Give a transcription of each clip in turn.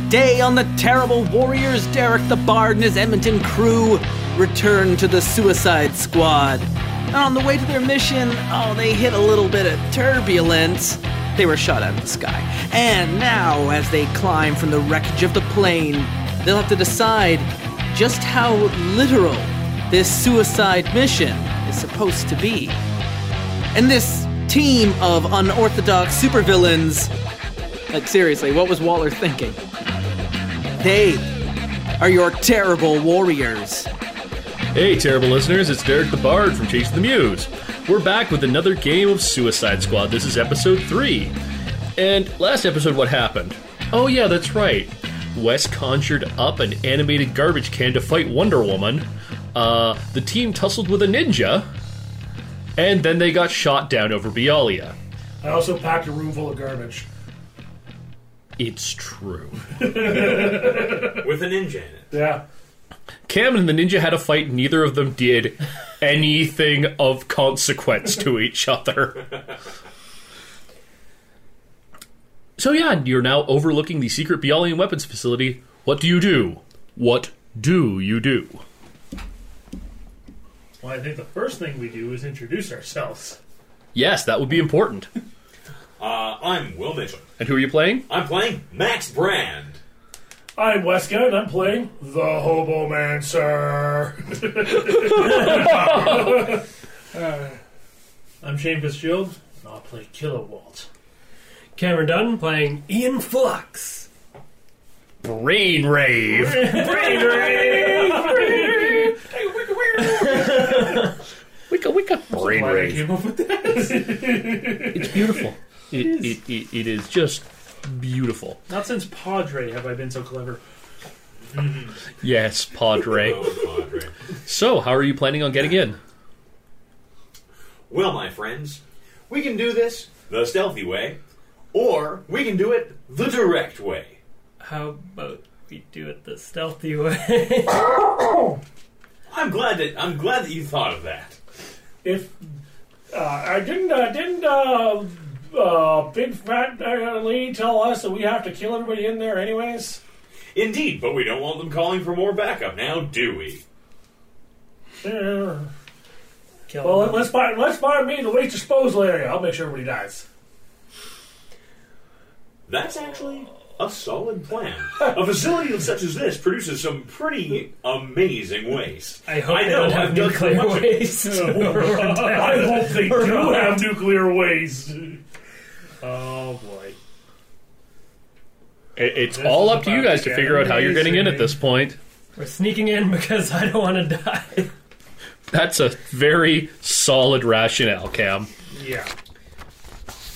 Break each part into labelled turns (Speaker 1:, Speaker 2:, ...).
Speaker 1: Today on the Terrible Warriors, Derek the Bard and his Edmonton crew return to the Suicide Squad. And on the way to their mission, oh, they hit a little bit of turbulence. They were shot out of the sky. And now, as they climb from the wreckage of the plane, they'll have to decide just how literal this suicide mission is supposed to be. And this team of unorthodox supervillains like, seriously, what was Waller thinking? They are your terrible warriors.
Speaker 2: Hey, terrible listeners, it's Derek the Bard from Chase the Muse. We're back with another game of Suicide Squad. This is episode 3. And last episode, what happened? Oh, yeah, that's right. Wes conjured up an animated garbage can to fight Wonder Woman. Uh, the team tussled with a ninja. And then they got shot down over Bialia.
Speaker 3: I also packed a room full of garbage.
Speaker 2: It's true.
Speaker 4: with a ninja in it.
Speaker 3: Yeah.
Speaker 2: Cam and the ninja had a fight, neither of them did anything of consequence to each other. So, yeah, you're now overlooking the secret Bialian weapons facility. What do you do? What do you do?
Speaker 3: Well, I think the first thing we do is introduce ourselves.
Speaker 2: Yes, that would be important.
Speaker 4: Uh, I'm Will Mitchell.
Speaker 2: And who are you playing?
Speaker 4: I'm playing Max Brand.
Speaker 3: I'm Wescott, and I'm playing the Hobo Man, sir. I'm Shane Fitzgerald, and I'll play Kilowalt.
Speaker 5: Cameron Dunn playing Ian Flux.
Speaker 2: Brain Rave. Wicca Wicca. Brain
Speaker 3: Why I
Speaker 2: Rave.
Speaker 3: came up with that?
Speaker 2: It's beautiful. It, it, it, it is just beautiful.
Speaker 3: Not since Padre have I been so clever.
Speaker 2: Yes, Padre.
Speaker 4: Oh, Padre.
Speaker 2: So, how are you planning on getting in?
Speaker 4: well, my friends, we can do this the stealthy way, or we can do it the direct way.
Speaker 5: How about we do it the stealthy way?
Speaker 4: I'm glad that I'm glad that you thought of that.
Speaker 3: If uh, I didn't, uh, didn't uh, uh, big fat uh, lady tell us that we have to kill everybody in there, anyways?
Speaker 4: Indeed, but we don't want them calling for more backup now, do we?
Speaker 3: Yeah.
Speaker 5: Kill
Speaker 3: Well,
Speaker 5: him.
Speaker 3: let- let's find let's find me in the waste disposal area. I'll make sure everybody dies.
Speaker 4: That's actually a solid plan. a facility such as this produces some pretty amazing waste.
Speaker 5: I hope they
Speaker 4: know,
Speaker 5: don't have
Speaker 4: I've done so
Speaker 5: nuclear
Speaker 4: much-
Speaker 5: waste.
Speaker 3: I
Speaker 5: I
Speaker 3: hope they do have nuclear waste. Oh boy!
Speaker 2: It- It's
Speaker 3: This
Speaker 2: all
Speaker 3: is
Speaker 2: up to you
Speaker 3: about
Speaker 2: guys
Speaker 3: to
Speaker 2: to
Speaker 3: get
Speaker 2: figure out how you're getting in at
Speaker 3: amazing.
Speaker 2: this point.
Speaker 5: We're sneaking in because I don't want to die.
Speaker 2: That's a very solid rationale, Cam.
Speaker 3: Yeah.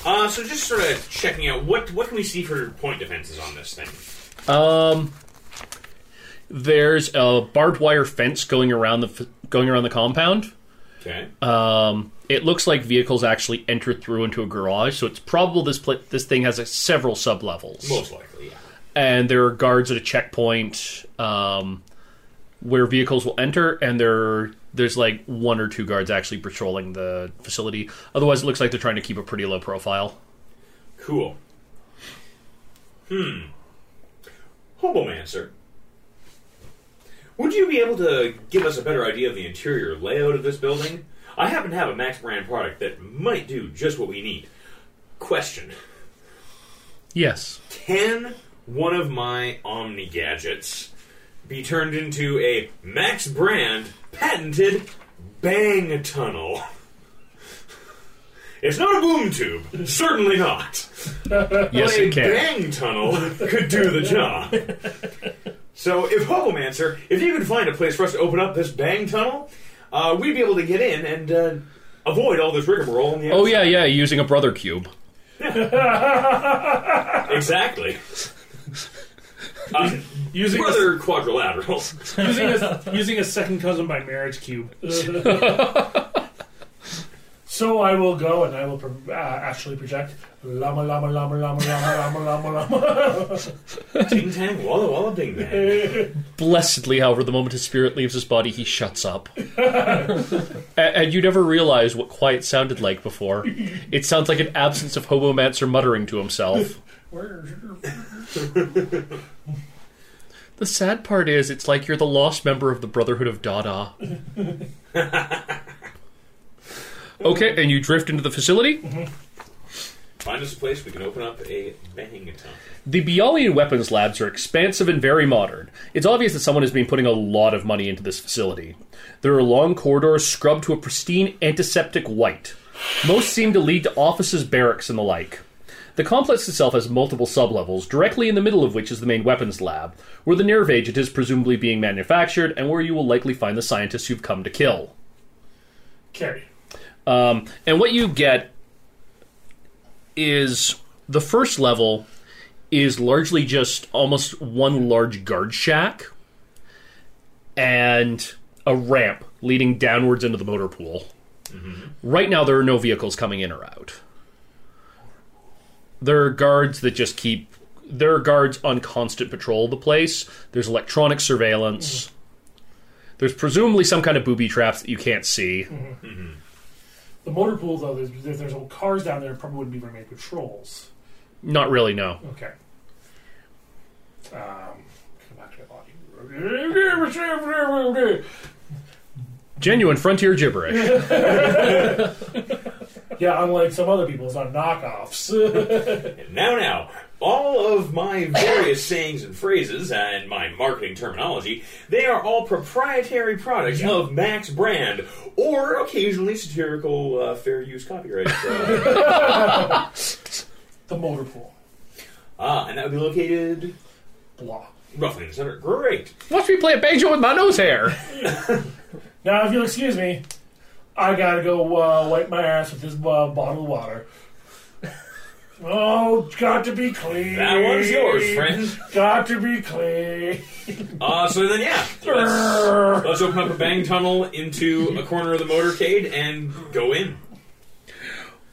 Speaker 4: Uh, so just sort of checking out what what can we see for point defenses on this thing?
Speaker 2: There's a barbed wire fence going around the f- going around the compound.
Speaker 4: Okay.
Speaker 2: It looks like vehicles actually enter through into a garage, so it's probable this pla this thing has uh, several sub levels.
Speaker 4: Most likely, yeah.
Speaker 2: and there are guards at a checkpoint um, where vehicles will enter, and there there's like one or two guards actually patrolling the facility. Otherwise, it looks like they're trying to keep a pretty low profile.
Speaker 4: Cool. Hmm. Hobomancer. Would you be able to give us a better idea of the interior layout of this building? I happen to have a Max Brand product that might do just what we need. Question.
Speaker 2: Yes.
Speaker 4: Can one of my Omni gadgets be turned into a Max Brand patented bang tunnel? It's not a boom tube. Certainly not.
Speaker 2: Yes,
Speaker 4: a
Speaker 2: it can.
Speaker 4: bang tunnel could do the job. so, if Hobomancer, if you could find a place for us to open up this bang tunnel, uh, we'd be able to get in and uh, avoid all this rigmarole. In the
Speaker 2: Oh yeah, yeah. Using a brother cube.
Speaker 4: outside. exactly. Uh,
Speaker 3: Using a,
Speaker 4: brother quadrilaterals.
Speaker 3: using a using a second cousin by marriage cube. so I will go and I will pro- uh, actually project llama llama llama llama llama llama llama llama.
Speaker 4: Ting tang, walla walla, ding dang.
Speaker 2: Blessedly, however, the moment his spirit leaves his body, he shuts up. A- and you never realize what quiet sounded like before. It sounds like an absence of hobomancer muttering to himself.
Speaker 6: Where's your
Speaker 2: The sad part is, it's like you're the lost member of the Brotherhood of Dada. okay, and you drift into the facility.
Speaker 4: Find us a place we can open up a bang tunnel.
Speaker 2: The Bialian weapons labs are expansive and very modern. It's obvious that someone has been putting a lot of money into this facility. There are long corridors scrubbed to a pristine antiseptic white. Most seem to lead to offices, barracks, and the like. The complex itself has multiple sublevels, directly in the middle of which is the main weapons lab, where the nerve agent is presumably being manufactured and where you will likely find the scientists you've come to kill.
Speaker 6: Okay.
Speaker 2: Um, and what you get is the first level is largely just almost one large guard shack and a ramp leading downwards into the motor pool. Right now, there are no vehicles coming in or out. There are guards that just keep. There are guards on constant patrol of the place. There's electronic surveillance. There's presumably some kind of booby traps that you can't see.
Speaker 6: The motor pool, though, there's, if there's old cars down there, it probably wouldn't be very many patrols.
Speaker 2: Not really, no.
Speaker 6: Okay. Um, come back to the body.
Speaker 2: Genuine frontier gibberish.
Speaker 6: Yeah, unlike some other people, it's not knockoffs.
Speaker 4: And now, now, all of my various sayings and phrases and my marketing terminology, they are all proprietary products of Max Brand or occasionally satirical uh, fair use copyright. Uh,
Speaker 6: the motor pool.
Speaker 4: ah, and that would be located
Speaker 6: Blah.
Speaker 4: roughly in the center. Great.
Speaker 2: Watch me play a banjo with my nose hair.
Speaker 6: Now, if you'll excuse me, I gotta go uh, wipe my ass with this uh, bottle of water. Oh, it's got to be clean.
Speaker 4: That one's yours, friend.
Speaker 6: Got to be clean.
Speaker 4: Uh, so then, yeah, let's, let's open up a bang tunnel into a corner of the motorcade and go in.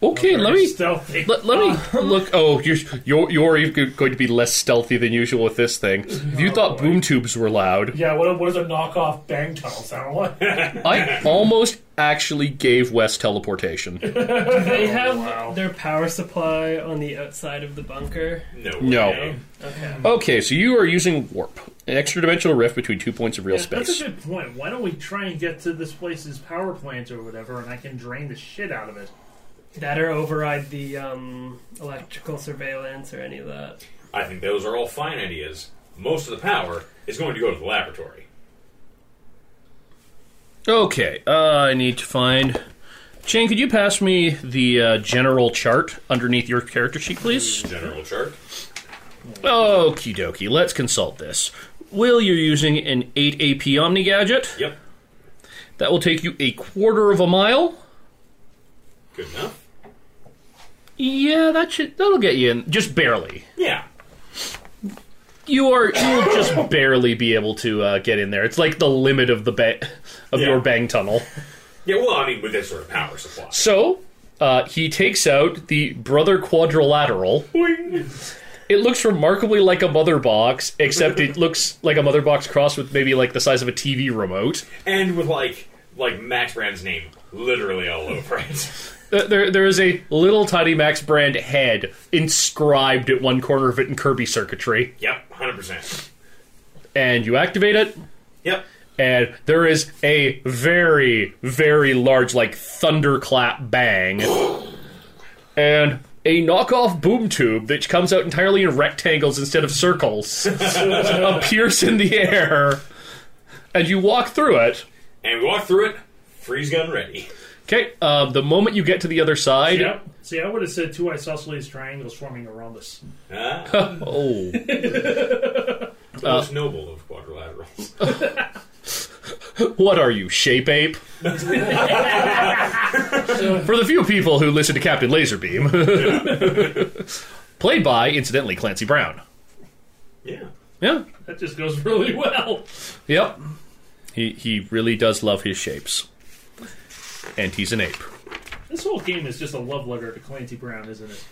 Speaker 2: Okay, let me
Speaker 6: Stealthy.
Speaker 2: let, let me look. Oh, you're you're you're even going to be less stealthy than usual with this thing. If you thought boom tubes were loud,
Speaker 6: Yeah, what, what does a knockoff bang tunnel sound like?
Speaker 2: I almost actually gave West teleportation.
Speaker 7: They
Speaker 6: Oh,
Speaker 7: have their power supply on the outside of the bunker.
Speaker 4: No.
Speaker 2: No.
Speaker 4: way.
Speaker 2: Okay, so you are using warp, an extra dimensional rift between two points of real
Speaker 3: That's
Speaker 2: space.
Speaker 3: a good point. Why don't we try and get to this place's power plant or whatever, and I can drain the shit out of it?
Speaker 7: That or override the um, electrical surveillance or any of that.
Speaker 4: I think those are all fine ideas. Most of the power is going to go to the laboratory.
Speaker 2: Okay, uh, I need to find. Shane, could you pass me the uh, general chart underneath your character sheet, please?
Speaker 4: General chart.
Speaker 2: Okie dokie, let's consult this. Will, you're using an 8 AP Omni gadget.
Speaker 4: Yep.
Speaker 2: That will take you a quarter of a mile.
Speaker 4: Good enough.
Speaker 2: Yeah, that should that'll get you in just barely.
Speaker 4: Yeah.
Speaker 2: You are you'll just barely be able to uh, get in there. It's like the limit of the ba- of
Speaker 4: Yeah.
Speaker 2: your bang tunnel.
Speaker 4: Yeah, well, I mean, with this sort of power supply.
Speaker 2: So uh, he takes out the brother quadrilateral. It looks remarkably like a mother box, except it looks like a mother box crossed with maybe like the size of a TV remote.
Speaker 4: And with, like, like Max Brand's name literally all over it.
Speaker 2: Th- There, there is a little tiny Max Brand head inscribed at one corner of it in Kirby circuitry,
Speaker 4: Yep, 100%.
Speaker 2: and you activate it.
Speaker 4: Yep.
Speaker 2: and there is a very, very large, like, thunderclap bang. and a knockoff boom tube that comes out entirely in rectangles instead of circles appears in the air. And you walk through it.
Speaker 4: And we walk through it, freeze gun ready.
Speaker 2: Okay, um, the moment you get to the other side.
Speaker 3: Yep. See, I would have said two isosceles triangles forming around us.
Speaker 4: Ah,
Speaker 2: Oh.
Speaker 4: the most noble of quadrilaterals.
Speaker 2: What are you, Shape Ape? For the few people who listen to Captain Laserbeam, played by, incidentally, Clancy Brown.
Speaker 4: Yeah.
Speaker 2: Yeah.
Speaker 3: That just goes really well.
Speaker 2: Yep. He he really does love his shapes. And he's an ape.
Speaker 3: This whole game is just a love letter to Clancy Brown, isn't it?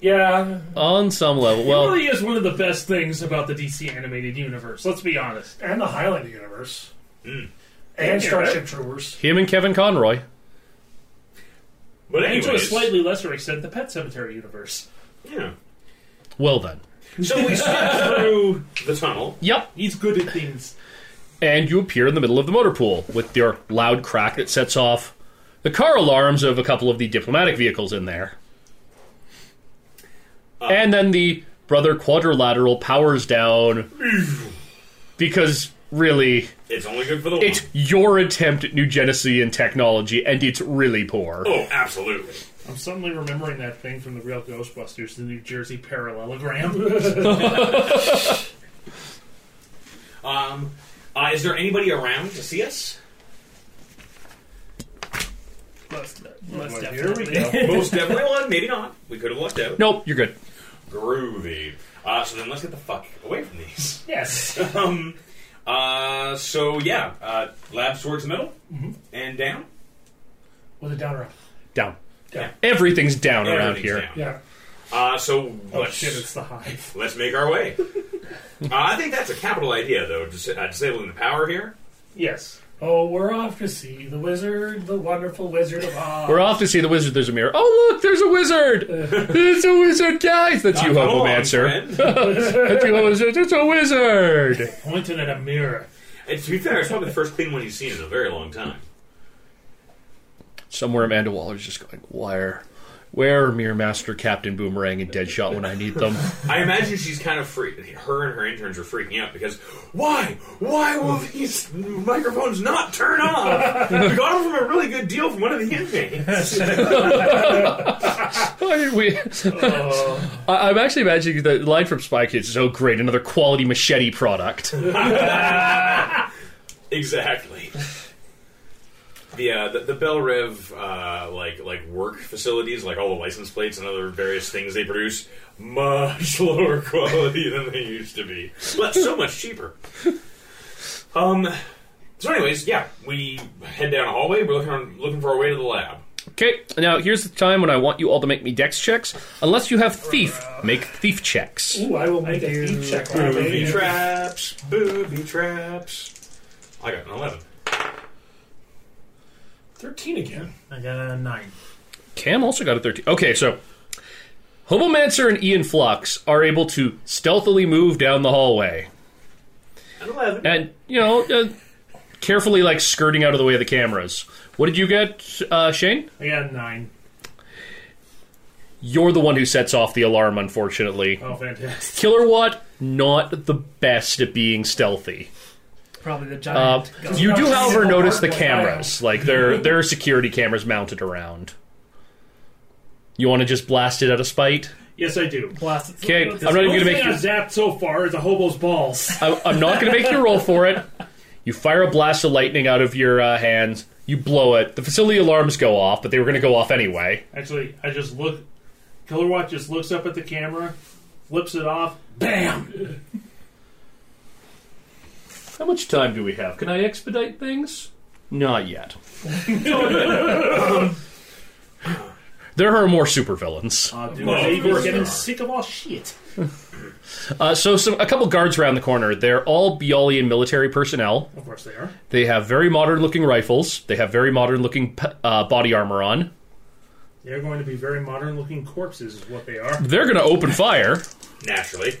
Speaker 6: Yeah,
Speaker 2: On some level.
Speaker 3: It
Speaker 2: Well,
Speaker 3: really is one of the best things about the DC animated universe. Let's be honest.
Speaker 6: and the Highlander universe. And Starship Troopers.
Speaker 2: him and Kevin Conroy.
Speaker 4: But
Speaker 3: And to a
Speaker 4: anyways,
Speaker 3: slightly lesser extent, the Pet Cemetery universe.
Speaker 4: yeah.
Speaker 2: Well then.
Speaker 4: So we skip through the tunnel.
Speaker 2: Yep.
Speaker 3: He's good at things.
Speaker 2: And you appear in the middle of the motor pool with your loud crack that sets off the car alarms of a couple of the diplomatic vehicles in there.
Speaker 4: Uh.
Speaker 2: and then the brother quadrilateral powers down because really
Speaker 4: It's only good for the
Speaker 2: it's your attempt at new Genesian technology and it's really poor.
Speaker 4: one. Oh, absolutely.
Speaker 3: I'm suddenly remembering that thing from the real Ghostbusters, the New Jersey parallelogram.
Speaker 4: Um, uh, is there anybody around to see us?
Speaker 7: Most, most
Speaker 3: Well, here we
Speaker 7: definitely.
Speaker 3: go.
Speaker 4: Most definitely one, maybe not. We could have lucked out.
Speaker 2: Nope, you're good.
Speaker 4: Groovy. Uh, so then let's get the fuck away from these.
Speaker 3: yes.
Speaker 4: um, uh, so yeah, uh, labs towards the middle
Speaker 2: Mm-hmm.
Speaker 4: and down.
Speaker 3: With a downer up.
Speaker 2: Down.
Speaker 4: Down.
Speaker 2: Everything's down around
Speaker 4: Everything's
Speaker 2: here.
Speaker 4: down.
Speaker 3: Yeah.
Speaker 4: Uh, so
Speaker 3: Oh
Speaker 4: let's
Speaker 3: shit, it's the hive.
Speaker 4: let's make our way. uh, I think that's a capital idea, though. Dis- uh, disabling the power here.
Speaker 3: Yes.
Speaker 6: Oh, we're off to see the wizard, the wonderful wizard of Oz.
Speaker 2: We're off to see the wizard. There's a mirror. Oh look, there's a wizard. It's a wizard, guys. That's you,
Speaker 4: Uh, Come along,
Speaker 2: Hobomancer.
Speaker 4: friend.
Speaker 2: That's you, Hobomancer. It's a wizard.
Speaker 3: Pointing at a mirror.
Speaker 4: and to be fair, it's probably the first clean one you've seen in a very long time.
Speaker 2: Somewhere Amanda Waller's just going, where, where are Mirror Master, Captain Boomerang, and Deadshot when I need them?
Speaker 4: I imagine she's kind of free. Her and her interns are freaking out because why? Why will these microphones not turn off? we got them from a really good deal from one of the inmates.
Speaker 2: Why did we? I, I'm actually imagining the line from Spy Kids is, oh great, another quality machete product.
Speaker 4: exactly. The, uh, the the Bell Rev uh, like like work facilities, like all the license plates and other various things they produce, much lower quality than they used to be, but so much cheaper. Um. So, anyways, yeah, we head down a hallway. We're looking on, looking for our way to the lab.
Speaker 2: Okay, now here's the time when I want you all to make me dex checks. Unless you have thief, make thief checks.
Speaker 6: Ooh, I will make
Speaker 7: I
Speaker 6: a
Speaker 7: do.
Speaker 6: deep check. on
Speaker 4: Booby
Speaker 6: it.
Speaker 4: traps, booby traps. I got an 11.
Speaker 6: Thirteen again.
Speaker 3: I got a nine.
Speaker 2: Cam also got a 13. Okay, so Hobomancer and Ian Flux are able to stealthily move down the hallway.
Speaker 4: An 11.
Speaker 2: And, you know, uh, carefully, like, skirting out of the way of the cameras. What did you get, uh, Shane?
Speaker 3: I got a nine.
Speaker 2: You're the one who sets off the alarm, unfortunately.
Speaker 3: Oh, fantastic.
Speaker 2: Killer Watt, not the best at being stealthy.
Speaker 7: Probably the
Speaker 2: Uh,
Speaker 7: giant. ghost.
Speaker 2: you do, however,
Speaker 6: Alarm
Speaker 2: notice the
Speaker 6: went
Speaker 2: cameras. Like, there, there are security cameras mounted around. You want to just blast it out of spite?
Speaker 3: Yes, I do.
Speaker 7: Blast it.
Speaker 2: Okay, I'm not even going to
Speaker 3: Only
Speaker 2: make
Speaker 3: thing
Speaker 2: you.
Speaker 3: I've zapped so far is a hobo's balls.
Speaker 2: I, I'm not going to make you roll for it. You fire a blast of lightning out of your uh, hands. You blow it. The facility alarms go off, but they were going to go off anyway.
Speaker 3: Actually, I just look. Killer Watch just looks up at the camera, flips it off. Bam!
Speaker 2: How much time do we have? Can I expedite things? Not yet. there are more supervillains.
Speaker 3: Uh, dude,
Speaker 4: Well,
Speaker 3: maybe
Speaker 4: of course there
Speaker 3: getting
Speaker 4: are.
Speaker 3: sick of all shit.
Speaker 2: Uh, so, some, a couple guards around the corner. They're all Bialian military personnel.
Speaker 3: Of course they are.
Speaker 2: They have very modern looking rifles. They have very modern looking p- uh, body armor on.
Speaker 3: They're going to be very modern looking corpses, is what they are.
Speaker 2: They're going to open fire.
Speaker 4: Naturally.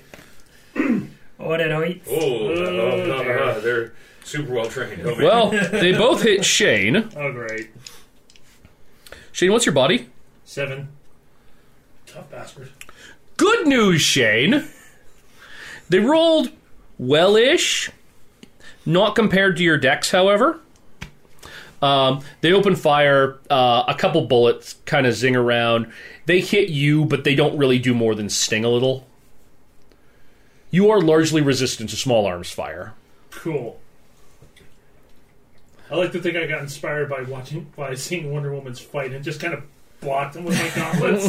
Speaker 7: What an oit.
Speaker 4: Oh, uh, uh, they're super well trained. Oh, man.
Speaker 2: Well, they both hit Shane.
Speaker 3: Oh, great.
Speaker 2: Shane, what's your body?
Speaker 3: Seven.
Speaker 6: Tough bastard.
Speaker 2: Good news, Shane. They rolled well-ish, not compared to your decks, however. Um, they open fire. Uh, a couple bullets kind of zing around. They hit you, but they don't really do more than sting a little. You are largely resistant to small arms fire.
Speaker 3: Cool. I like to think I got inspired by watching, by seeing Wonder Woman's fight and just kind of blocked them with my gauntlets.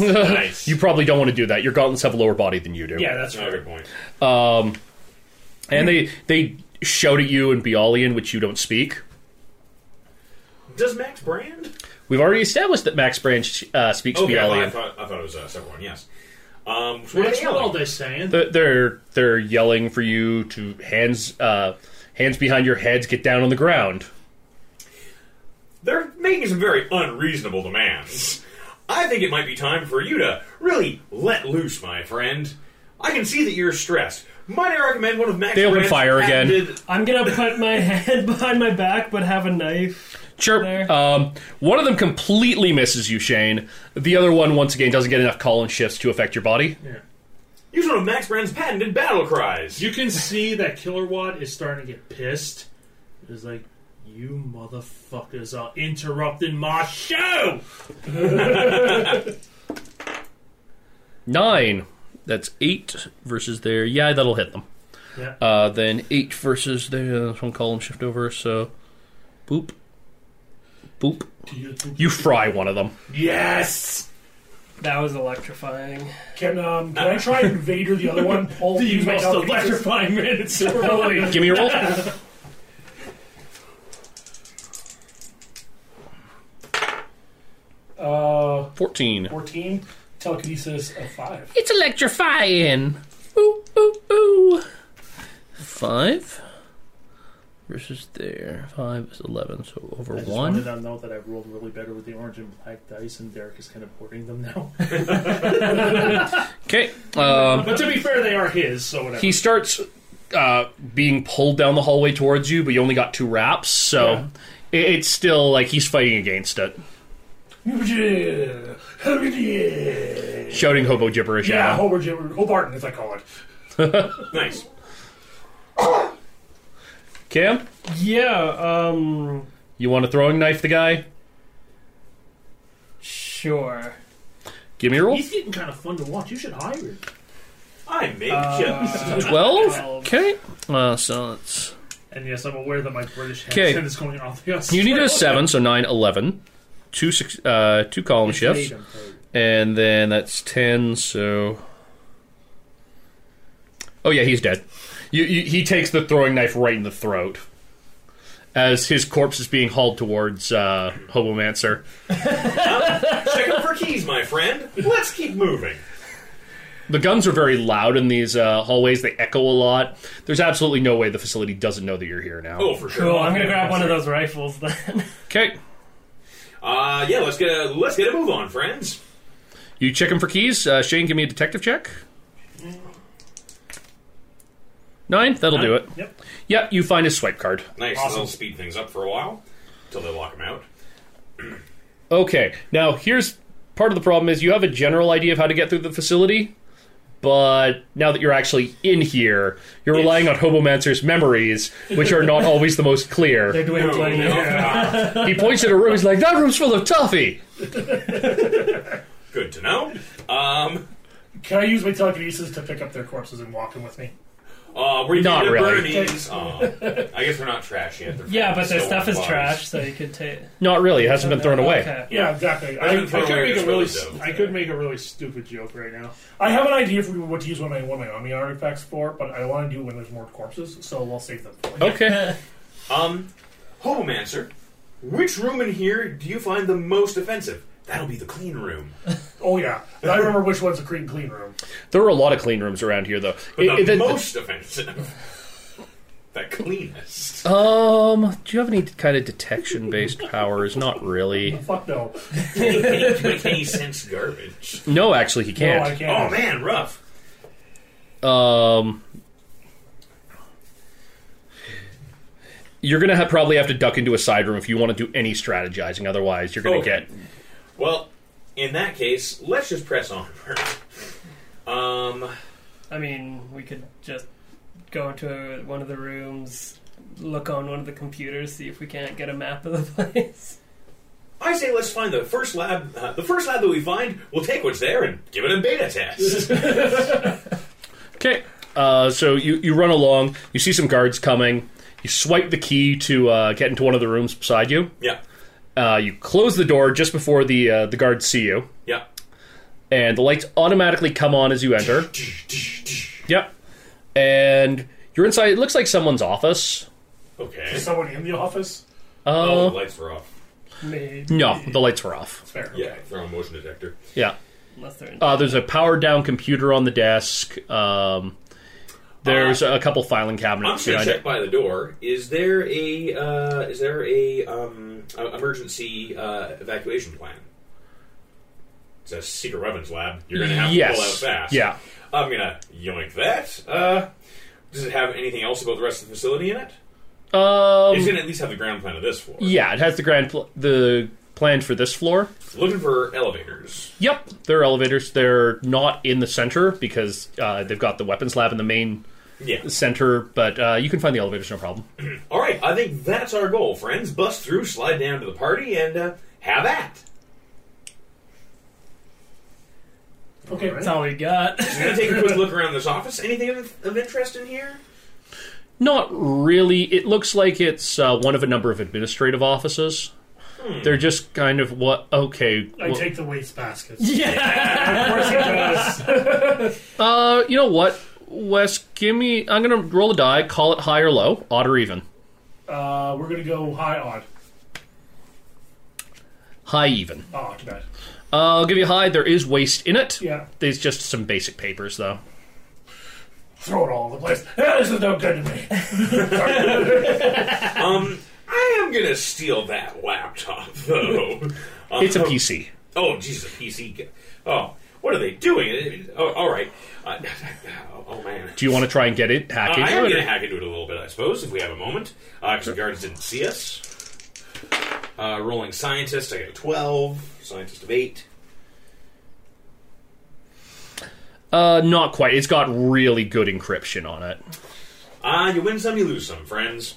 Speaker 4: nice.
Speaker 2: You probably don't want to do that. Your gauntlets have a lower body than you do.
Speaker 3: yeah, that's
Speaker 4: That's not a
Speaker 3: right.
Speaker 4: good point.
Speaker 2: and they they shout at you in Bialian, which you don't speak.
Speaker 4: Does Max brand?
Speaker 2: We've already established that Max Branch uh, speaks
Speaker 4: Okay, I thought, I
Speaker 2: Bialian.
Speaker 4: thought, I thought it was uh, someone, yes. Um, so
Speaker 3: That's
Speaker 4: what's
Speaker 3: what all
Speaker 4: all
Speaker 3: they're saying.
Speaker 2: They're- they're they're yelling for you to hands uh, hands behind your heads, get down on the ground.
Speaker 4: They're making some very unreasonable demands. I think it might be time for you to really let loose, my friend. I can see that you're stressed. Might I recommend one of Max
Speaker 2: They open
Speaker 4: Brandt's
Speaker 2: fire again.
Speaker 4: patented-
Speaker 7: I'm gonna put my head behind my back, but have a knife.
Speaker 2: Chirp.
Speaker 7: There.
Speaker 2: Um, one of them completely misses you, Shane. The other one, once again, doesn't get enough call and shifts to affect your body.
Speaker 4: Use one of Max Brand's patented battle cries.
Speaker 3: You can see that Killer Wad is starting to get pissed. It's like, you motherfuckers are interrupting my show!
Speaker 2: Nine. That's eight versus their. Yeah, that'll hit them.
Speaker 3: Yeah.
Speaker 2: Uh, then eight versus their. Uh, this one column shift over, so. Boop. Boop. You fry one of them.
Speaker 4: Yes.
Speaker 7: That was electrifying.
Speaker 6: Can um can I try and Vader the other one? Pull
Speaker 3: You
Speaker 6: use my
Speaker 3: must
Speaker 6: Darth Vader?
Speaker 3: electrifying man at super
Speaker 2: Give me a roll.
Speaker 6: Uh,
Speaker 2: 14.
Speaker 6: fourteen telekinesis of five.
Speaker 2: It's electrifying. Ooh, ooh, ooh. Five versus there. Five is eleven, so over
Speaker 3: I just
Speaker 2: one.
Speaker 3: wanted to know that I rolled really better with the orange and black dice, and Derek is kind of hoarding them now.
Speaker 2: Okay. Um,
Speaker 3: but to be fair, they are his, so whatever.
Speaker 2: he starts uh, being pulled down the hallway towards you, but you only got two wraps, so it, it's still like he's fighting against it,
Speaker 6: Yeah,
Speaker 2: shouting hobo gibberish. at him.
Speaker 6: Homer Jim Hobarton as I call it.
Speaker 4: Nice.
Speaker 2: Cam,
Speaker 7: Yeah. Um.
Speaker 2: you want to throwing knife the guy?
Speaker 7: Sure.
Speaker 2: Give me a roll.
Speaker 3: He's getting kind of fun to watch. You should hire him.
Speaker 4: I make
Speaker 7: Uh,
Speaker 4: chips.
Speaker 2: Twelve.
Speaker 7: Twelve.
Speaker 2: Okay. Uh, so that's
Speaker 3: And yes, I'm aware that my British
Speaker 2: 'Kay.
Speaker 3: accent is going off the
Speaker 2: you need a seven, so nine, eleven. Two six, uh, two column shifts. And then that's 10, so. Oh, yeah, he's dead. You, you, he takes the throwing knife right in the throat as his corpse is being hauled towards uh, Hobomancer.
Speaker 4: Check out for keys, my friend. Let's keep moving.
Speaker 2: The guns are very loud in these uh, hallways, they echo a lot. There's absolutely no way the facility doesn't know that you're here now.
Speaker 4: Oh, for sure.
Speaker 7: Cool. I'm gonna grab one of those rifles then.
Speaker 2: Okay.
Speaker 4: Uh, yeah, let's get a let's get a move on, friends.
Speaker 2: You check him for keys. Uh, Shane, give me a detective check. Nine? That'll do it.
Speaker 3: Yep.
Speaker 2: Yep, you find his swipe card.
Speaker 4: Nice.
Speaker 3: Awesome.
Speaker 4: That'll speed things up for a while until they lock him out.
Speaker 2: Okay. Now here's part of the problem is you have a general idea of how to get through the facility, but now that you're actually in here, you're relying on Hobomancer's memories, which are not always the most clear.
Speaker 4: No,
Speaker 7: dwindling.
Speaker 4: no, no.
Speaker 2: He points at a room, he's like, That room's full of toffee.
Speaker 4: Good to know. Um,
Speaker 6: Can I use my telekinesis to pick up their corpses and walk them with me?
Speaker 4: uh, we're
Speaker 2: Not really.
Speaker 4: Burnies. Uh, I guess we're not trash yet. They're
Speaker 7: Yeah,
Speaker 4: fine.
Speaker 7: but their
Speaker 4: Still
Speaker 7: stuff
Speaker 4: on
Speaker 7: is
Speaker 4: bodies.
Speaker 7: trash, so you could take.
Speaker 2: Not really, it hasn't been thrown away.
Speaker 7: Okay.
Speaker 6: Yeah, exactly.
Speaker 4: I
Speaker 6: I,
Speaker 4: can throw
Speaker 6: I,
Speaker 3: could
Speaker 4: away
Speaker 3: make
Speaker 4: this
Speaker 3: a really
Speaker 4: photo.
Speaker 3: I could make a really stupid joke right now.
Speaker 6: I have an idea for what to use one of my one of my army artifacts for, but I want to do it when there's more corpses, so we'll save them. For later.
Speaker 2: Okay.
Speaker 4: Um, Hobomancer, which room in here do you find the most offensive? That'll be the clean room.
Speaker 6: Oh yeah, and I remember which one's a clean clean room.
Speaker 2: There are a lot of clean rooms around here though.
Speaker 4: But
Speaker 2: It-
Speaker 4: the,
Speaker 2: it- the-
Speaker 4: most offensive. the cleanest.
Speaker 2: um do you have any kind of detection based powers? Not really.
Speaker 6: Fuck no.
Speaker 4: Doesn't make any sense garbage.
Speaker 2: No, actually he
Speaker 6: No, I
Speaker 2: can't.
Speaker 6: can't.
Speaker 4: Oh man, rough.
Speaker 2: Um You're gonna have, probably have to duck into a side room if you want to do any strategizing. Otherwise, you're gonna
Speaker 4: Okay.
Speaker 2: get
Speaker 4: Well, in that case, let's just press on. um,
Speaker 7: I mean, we could just go into one of the rooms, look on one of the computers, see if we can't get a map of the place.
Speaker 4: I say let's find the first lab. Uh, the first lab that we find, we'll take what's there and give it a beta test.
Speaker 2: Okay. Uh, so you, you run along, you see some guards coming, you swipe the key to uh, get into one of the rooms beside you.
Speaker 4: yeah,
Speaker 2: Uh, you close the door just before the uh, the guards see you,
Speaker 4: yeah.
Speaker 2: and the lights automatically come on as you enter. yep. And you're inside. It looks like someone's office.
Speaker 4: Okay.
Speaker 6: Is someone in the office?
Speaker 4: oh, the lights were off.
Speaker 7: Maybe.
Speaker 2: No, the lights were off.
Speaker 6: Fair.
Speaker 4: Yeah, they're on motion detector.
Speaker 2: Yeah.
Speaker 7: Unless they're in.
Speaker 2: Uh, there's a powered down computer on the desk. Um, there's a couple filing
Speaker 4: Uh, I'm
Speaker 2: cabinets
Speaker 4: just gonna
Speaker 2: behind
Speaker 4: check
Speaker 2: it.
Speaker 4: by the door. Is there a uh, is there a um, uh, emergency uh, evacuation plan? It's a secret weapons lab. You're gonna have to pull out
Speaker 2: Yes.
Speaker 4: fast.
Speaker 2: Yeah.
Speaker 4: I'm gonna yoink that. Uh, does it have anything else about the rest of the facility in it?
Speaker 2: Um,
Speaker 4: it's gonna at least have the ground plan of this floor.
Speaker 2: yeah, it has the grand pl- the plan for this floor.
Speaker 4: Looking for elevators.
Speaker 2: Yep, they're elevators. They're not in the center because uh, they've got the weapons lab in the main
Speaker 4: Yeah.
Speaker 2: center, but uh, you can find the elevators, no problem.
Speaker 4: All right. I think that's our goal, friends. Bust through, slide down to the party, and uh, have at.
Speaker 6: Okay,
Speaker 7: That's all we got.
Speaker 4: I'm gonna take a quick look around this office. Anything of, of interest in here?
Speaker 2: Not really. It looks like it's uh, one of a number of administrative offices.
Speaker 4: Hmm.
Speaker 2: They're just kind of what? Okay,
Speaker 3: I
Speaker 2: well,
Speaker 3: take the waste basket.
Speaker 6: of course it does.
Speaker 2: uh, you know what, Wes? Give me. I'm gonna roll a die. Call it high or low, odd or even.
Speaker 6: Uh, we're gonna go high odd.
Speaker 2: High even.
Speaker 6: Oh, too bad.
Speaker 2: Uh, I'll give you a high. There is waste in it.
Speaker 6: Yeah,
Speaker 2: There's just some basic papers, though.
Speaker 6: throw it all over the place. Eh, this is no good to me.
Speaker 4: Um, I am gonna steal that laptop though. Um,
Speaker 2: It's a PC.
Speaker 4: Oh, Jesus, a PC. Oh, what are they doing? Oh, all right. Uh, oh man.
Speaker 2: Do you want to try and get it? Hack
Speaker 4: Uh, I am
Speaker 2: into
Speaker 4: going to
Speaker 2: it?
Speaker 4: hack into it a little bit, I suppose, if we have a moment, because the guards didn't see us. Uh, rolling scientist, I got a twelve. Scientist of eight.
Speaker 2: Uh, not quite. It's got really good encryption on it.
Speaker 4: Ah, you win some, you lose some, friends.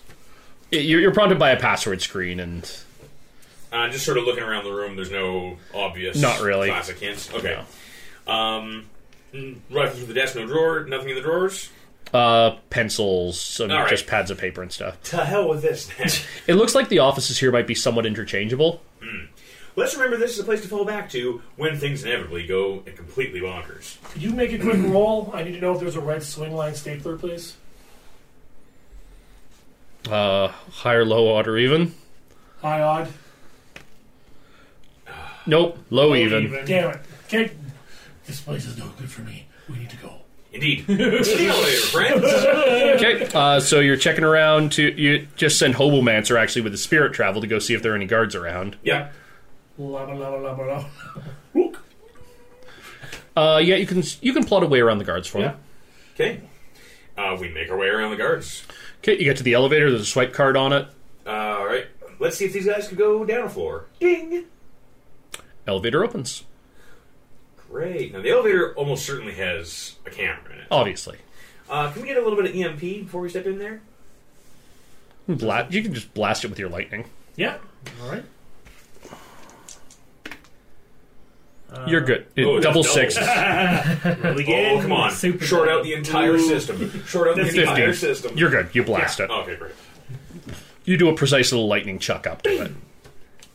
Speaker 2: It- You're you're prompted by a password screen, and
Speaker 4: Uh, just sort of looking around the room. There's no obvious,
Speaker 2: Not really.
Speaker 4: classic hints. Okay. Um, mm, rifle through the desk, no drawer, nothing in the drawers.
Speaker 2: uh, pencils, some
Speaker 4: All right.
Speaker 2: just pads of paper and stuff.
Speaker 4: To hell with this. Then.
Speaker 2: It looks like the offices here might be somewhat interchangeable.
Speaker 4: Let's remember this is a place to fall back to when things inevitably go completely bonkers.
Speaker 6: Could you make a quick roll? I need to know if there's a red swing line stapler, please.
Speaker 2: Uh, high or low, odd or even?
Speaker 6: High odd.
Speaker 2: Nope, low, even.
Speaker 6: Damn it. Okay. This place is no good for me. We need to go.
Speaker 4: Indeed. See you later, friends.
Speaker 2: Okay, uh, so you're checking around to you just send Hobomancer actually with the spirit travel to go see if there are any guards around.
Speaker 4: Yeah.
Speaker 6: La la la la la la.
Speaker 2: Uh, yeah, you can you can plot a way around the guards for them.
Speaker 4: Okay. Uh, we make our way around the guards.
Speaker 2: Okay, you get to the elevator. There's a swipe card on it.
Speaker 4: All right. Let's see if these guys can go down a floor. Ding.
Speaker 2: Elevator opens,
Speaker 4: Great. Now the elevator almost certainly has a camera in it.
Speaker 2: obviously.
Speaker 4: Uh, can we get a little bit of EMP before we step in there?
Speaker 2: Bla- you can just blast it with your lightning.
Speaker 3: Yeah. All right.
Speaker 2: You're good. It-
Speaker 4: oh, it
Speaker 2: double
Speaker 4: does
Speaker 2: six.
Speaker 3: Really
Speaker 4: Oh,
Speaker 3: good.
Speaker 4: come on!
Speaker 7: Super
Speaker 4: Short
Speaker 7: double.
Speaker 4: out the entire system. Short out the
Speaker 2: Fifteen.
Speaker 4: entire system.
Speaker 2: You're good. You blast it.
Speaker 4: okay. Great.
Speaker 2: You do a precise little lightning chuck up to it.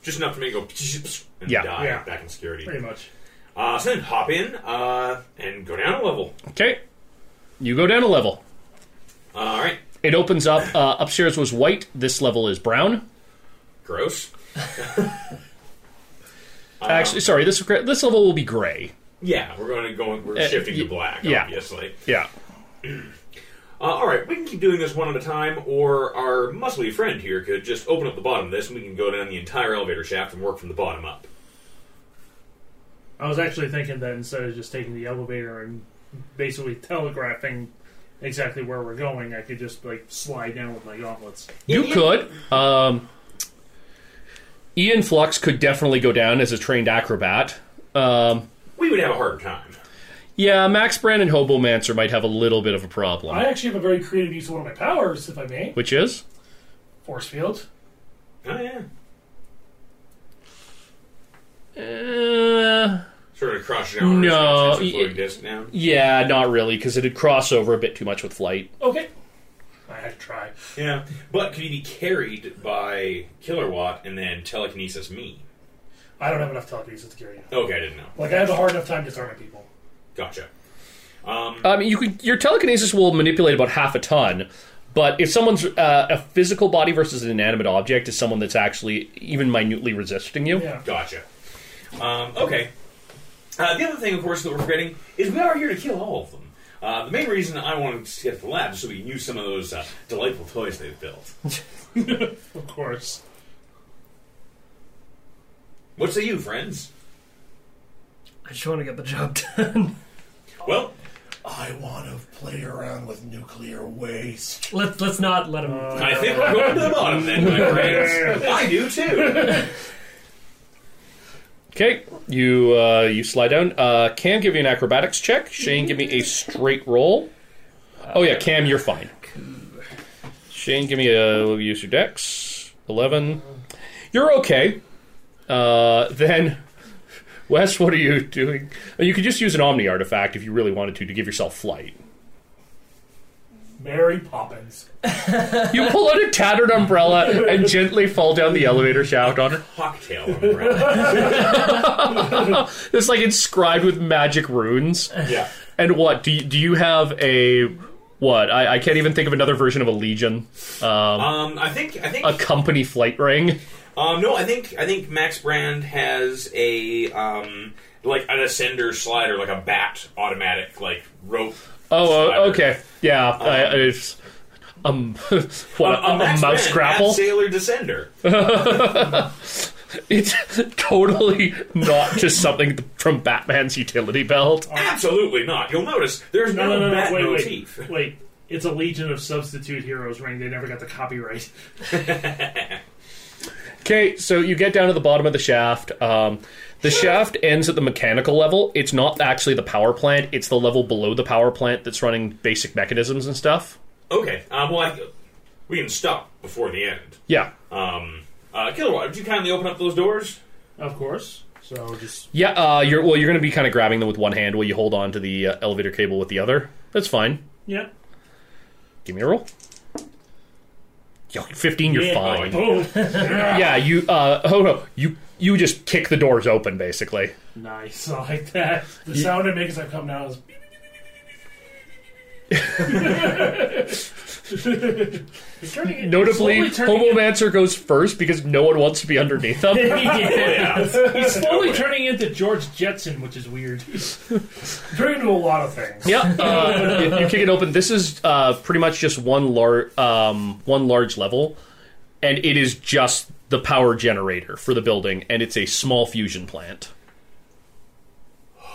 Speaker 4: Just enough to make it go psh, psh, and
Speaker 2: Yeah.
Speaker 4: die
Speaker 3: Yeah.
Speaker 4: back in security.
Speaker 3: Pretty much.
Speaker 4: Uh, so then hop in uh, and go down a level.
Speaker 2: Okay, you go down a level.
Speaker 4: Uh, All right.
Speaker 2: It opens up. Uh, upstairs was white. This level is brown.
Speaker 4: Gross. Uh-huh.
Speaker 2: Actually, sorry. This this level will be gray.
Speaker 4: Yeah, we're going to go. We're
Speaker 2: Uh,
Speaker 4: shifting
Speaker 2: y-
Speaker 4: to black,
Speaker 2: yeah.
Speaker 4: obviously.
Speaker 2: Yeah.
Speaker 4: Uh, all right, we can keep doing this one at a time, or our muscly friend here could just open up the bottom of this, and we can go down the entire elevator shaft and work from the bottom up.
Speaker 3: I was actually thinking that instead of just taking the elevator and basically telegraphing exactly where we're going, I could just like slide down with my gauntlets.
Speaker 2: You
Speaker 4: Ian-
Speaker 2: could. Um, Ian Flux could definitely go down as a trained acrobat. Um,
Speaker 4: We would have a harder time.
Speaker 2: yeah, Max Brand and Hobomancer might have a little bit of a problem.
Speaker 6: I actually have a very creative use of one of my powers, if I may.
Speaker 2: which is?
Speaker 6: Force field.
Speaker 4: Oh yeah,
Speaker 2: Uh,
Speaker 4: sort of cross down.
Speaker 2: No,
Speaker 4: it's a floating
Speaker 2: y-
Speaker 4: disc down.
Speaker 2: yeah, not really, because it'd cross over a bit too much with flight.
Speaker 6: Okay. I had to try.
Speaker 4: Yeah, but could he be carried by Killer Watt and then telekinesis me?
Speaker 6: I don't have enough telekinesis to carry you.
Speaker 4: Okay, I didn't know.
Speaker 6: Like, I have a hard enough time disarming people.
Speaker 4: Gotcha. Um,
Speaker 2: I mean, you could, your telekinesis will manipulate about half a ton, but if someone's uh, a physical body versus an inanimate object is someone that's actually even minutely resisting you.
Speaker 6: Yeah.
Speaker 4: gotcha. Um, okay. Uh, the other thing, of course, that we're forgetting is we are here to kill all of them. Uh, the main reason I wanted to get to the lab is so we can use some of those uh, delightful toys they've built.
Speaker 3: Of course.
Speaker 4: What say you, friends?
Speaker 7: I just want to get the job done.
Speaker 4: Well,
Speaker 8: I want to play around with nuclear waste.
Speaker 7: Let's let's not let him.
Speaker 6: Uh,
Speaker 4: I think we're going to the bottom then, my friends. I do too.
Speaker 2: Okay, you uh, you slide down. Uh, Cam, give me an acrobatics check. Shane, give me a straight roll. Oh yeah, Cam, you're fine. Shane, give me a we'll use your dex. Eleven. You're okay. Uh, then, Wes, what are you doing? Uh, You could just use an omni artifact if you really wanted to to give yourself flight.
Speaker 6: Mary Poppins.
Speaker 2: You pull out a tattered umbrella and gently fall down the elevator shaft on her.
Speaker 4: Cocktail umbrella.
Speaker 2: It's like inscribed with magic runes.
Speaker 4: Yeah.
Speaker 2: And what do you, do you have a what? I, I can't even think of another version of a legion.
Speaker 4: Um, I think I think
Speaker 2: A company flight ring.
Speaker 4: Um, no, I think I think Max Brand has a um, like an ascender slider, like a bat automatic, like rope.
Speaker 2: Oh,
Speaker 4: slider.
Speaker 2: uh, okay, yeah. I, I- it's um, what
Speaker 4: A, a
Speaker 2: a,
Speaker 4: uh, Max
Speaker 2: mouse
Speaker 4: Brand
Speaker 2: grapple.
Speaker 4: half sailor descender.
Speaker 2: It's totally not just something from Batman's utility belt.
Speaker 4: Absolutely not. You'll notice there's no,
Speaker 3: No, no, no,
Speaker 4: bat
Speaker 3: no wait,
Speaker 4: motif.
Speaker 3: wait. Wait. It's a Legion of Substitute Heroes ring. They never got the copyright.
Speaker 2: Okay, so you get down to the bottom of the shaft. Um, the shaft ends at the mechanical level. It's not actually the power plant, it's the level below the power plant that's running basic mechanisms and stuff.
Speaker 4: Okay. Um, well, I, we can stop before the end.
Speaker 2: Yeah.
Speaker 4: Um, uh, Kilowog, would you kindly open up those doors?
Speaker 3: Of course. So just
Speaker 2: Yeah, uh, you're, well, you're going to be kind of grabbing them with one hand while you hold on to the uh, elevator cable with the other. That's fine.
Speaker 3: yeah.
Speaker 2: Give me a roll. Yo, 15, you're
Speaker 3: Yeah. Oh,
Speaker 2: fine.
Speaker 3: Boom.
Speaker 6: Oh.
Speaker 2: Yeah, you, uh, oh no, you, you just kick the doors open, basically.
Speaker 3: nice. I like that.
Speaker 6: The sound it makes as I come down is.
Speaker 3: It's turning it-
Speaker 2: Notably,
Speaker 3: it's slowly turning
Speaker 2: Homomancer goes first because no one wants to be underneath them.
Speaker 3: into- He's slowly
Speaker 4: way.
Speaker 3: turning into George Jetson, which is weird.
Speaker 6: Turn into a lot of things.
Speaker 2: Yeah, uh, you- you kick it open. This is uh, pretty much just one large um, one large level, and it is just the power generator for the building, and it's a small fusion plant.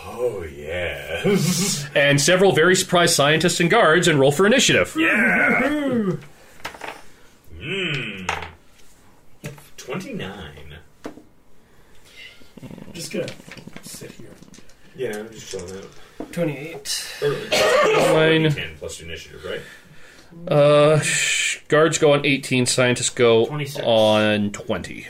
Speaker 4: Oh yes.
Speaker 2: And several very surprised scientists and guards enroll for initiative.
Speaker 4: Mmm. Twenty nine.
Speaker 6: Just gonna sit here.
Speaker 4: Yeah, I'm just chilling out.
Speaker 7: Twenty-eight.
Speaker 2: Fine.
Speaker 4: Oh, Ten plus initiative, right?
Speaker 2: Uh, sh- guards go on 18, scientists go
Speaker 3: 26.
Speaker 2: on 20.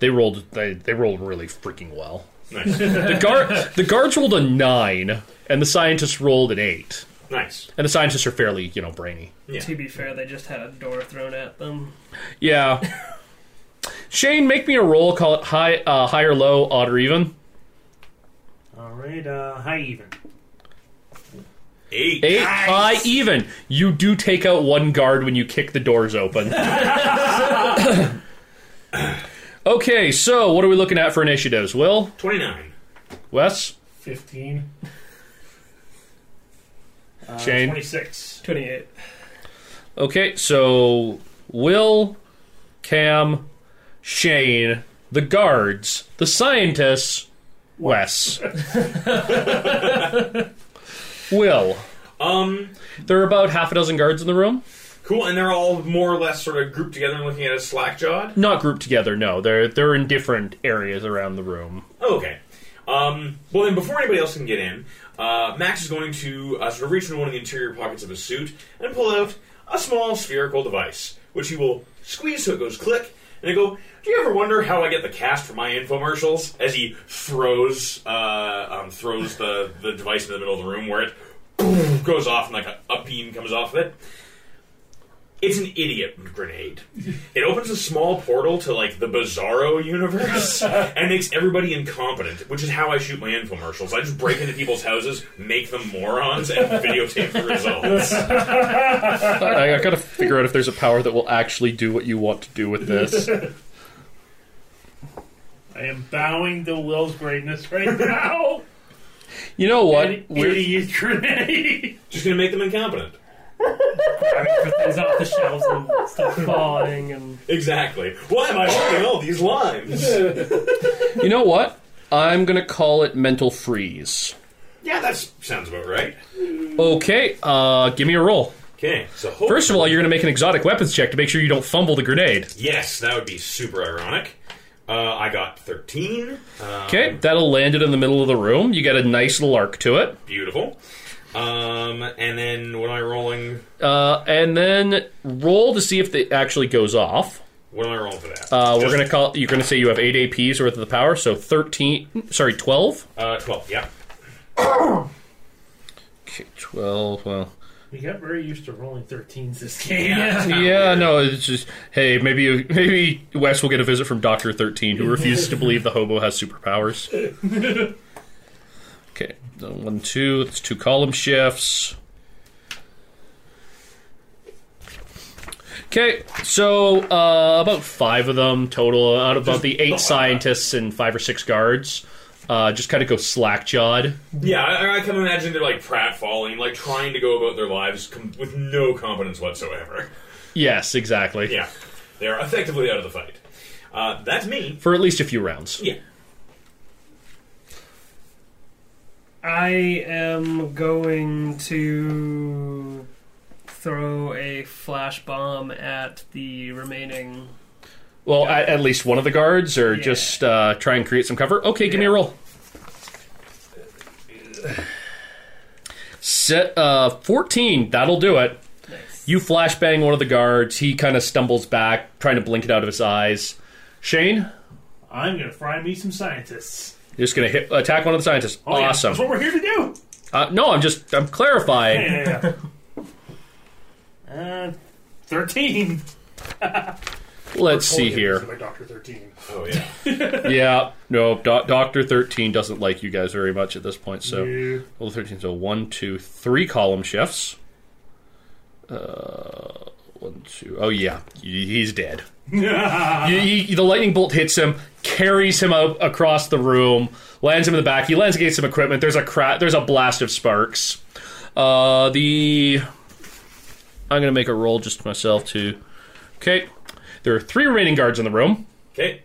Speaker 2: They rolled. They, they rolled really freaking well.
Speaker 4: Nice.
Speaker 2: The guard the guards rolled a nine, and the scientists rolled an eight.
Speaker 4: nice.
Speaker 2: And the scientists are fairly you know brainy.
Speaker 4: Yeah.
Speaker 7: To be fair, they just had a door thrown at them.
Speaker 2: Yeah. Shane, make me a roll. Call it high, uh, high or low, odd or even.
Speaker 3: All right. Uh, high even.
Speaker 4: Eight.
Speaker 2: Eight, high, even. You do take out one guard when you kick the doors open. okay, so what are we looking at for initiatives? Will,
Speaker 4: Twenty nine.
Speaker 2: Wes,
Speaker 6: 15.
Speaker 2: Shane.
Speaker 3: Twenty-six.
Speaker 7: Twenty-eight.
Speaker 2: Okay, so Will, Cam, Shane, the guards, the scientists, Wes. Will.
Speaker 4: Um.
Speaker 2: There are about half a dozen guards in the room.
Speaker 4: Cool, and they're all more or less sort of grouped together and looking at a slack jawed.
Speaker 2: Not grouped together, no. They're they're in different areas around the room.
Speaker 4: Oh, Okay. Um, well, then, before anybody else can get in, uh, Max is going to uh, sort of reach into one of the interior pockets of his suit and pull out a small spherical device, which he will squeeze so it goes click. And I go, do you ever wonder how I get the cast for my infomercials? As he throws uh, um, throws the, the device in the middle of the room where it boom, goes off and like a, a beam comes off of it. It's an idiot grenade. It opens a small portal to like the Bizarro universe and makes everybody incompetent, which is how I shoot my infomercials. I just break into people's houses, make them morons, and videotape the results.
Speaker 2: I, I gotta figure out if there's a power that will actually do what you want to do with this.
Speaker 3: I am bowing to Will's greatness right now.
Speaker 2: You know what?
Speaker 3: An
Speaker 2: We're,
Speaker 3: idiot grenade.
Speaker 4: Just gonna make them incompetent.
Speaker 7: I mean, for things off the shelves and stuff falling and
Speaker 4: Exactly. Why am I holding all these lines?
Speaker 2: you know what? I'm gonna call it mental freeze.
Speaker 4: Yeah, that sounds about right.
Speaker 2: Okay, uh, give me a roll.
Speaker 4: Okay, so hopefully,
Speaker 2: First of all, you're going to make an exotic weapons check to make sure you don't fumble the grenade.
Speaker 4: yes, that would be super ironic. Uh, I got thirteen. Uh,
Speaker 2: Okay, that'll land it in the middle of the room. You get a nice little arc to it.
Speaker 4: beautiful. Um, and then what am I rolling?
Speaker 2: Uh, and then roll to see if it actually goes off.
Speaker 4: What am I rolling for that?
Speaker 2: Uh, we're
Speaker 4: Just,
Speaker 2: gonna call. You're gonna say you have eight APs worth of the power, so thirteen. Sorry, twelve.
Speaker 4: uh, twelve. Yeah.
Speaker 2: Okay, twelve. Well,
Speaker 3: You got very used to rolling 13s this game.
Speaker 4: um,
Speaker 2: yeah, no, it's just hey, maybe you, maybe Wes will get a visit from Doctor Thirteen, who refuses to believe the hobo has superpowers. okay, so one, two. It's two column shifts. Okay, so uh, about five of them total, out of about the eight scientists and five or six guards, uh, just kind of go slack jawed.
Speaker 4: Yeah, I, I can imagine they're like pratfalling, like trying to go about their lives com- with no competence whatsoever.
Speaker 2: Yes, exactly.
Speaker 4: Yeah, they are effectively out of the fight. Uh, that's me.
Speaker 2: For at least a few rounds.
Speaker 4: Yeah.
Speaker 7: I am going to throw a flash bomb at the remaining.
Speaker 2: Well, at, at least one of the guards, or
Speaker 7: Yeah.
Speaker 2: just uh, try and create some cover. Okay, give me a
Speaker 7: Yeah.
Speaker 2: roll. Set uh, fourteen. That'll do it.
Speaker 7: Nice.
Speaker 2: You flashbang one of the guards. He kind of stumbles back, trying to blink it out of his eyes. Shane,
Speaker 3: I'm going to fry me some scientists.
Speaker 2: you're just gonna hit attack one of the scientists.
Speaker 3: Oh, yeah,
Speaker 2: awesome.
Speaker 3: That's what we're here to do.
Speaker 2: Uh, no, I'm just I'm clarifying.
Speaker 3: Yeah. uh, 13.
Speaker 2: Let's see
Speaker 3: Told you
Speaker 2: here.
Speaker 3: this is my Dr. 13.
Speaker 4: Oh yeah.
Speaker 2: yeah, no, Do- Doctor Thirteen doesn't like you guys very much at this point. So.
Speaker 3: You-
Speaker 2: Well, 13, so one, two, three column shifts. Uh, one, two, oh yeah, he- he's dead. He- he- the lightning bolt hits him, carries him out across the room, lands him in the back. He lands against some equipment. There's a cra- There's a blast of sparks. Uh, the I'm gonna make a roll just myself to. Okay, there are three remaining guards in the room
Speaker 4: Okay.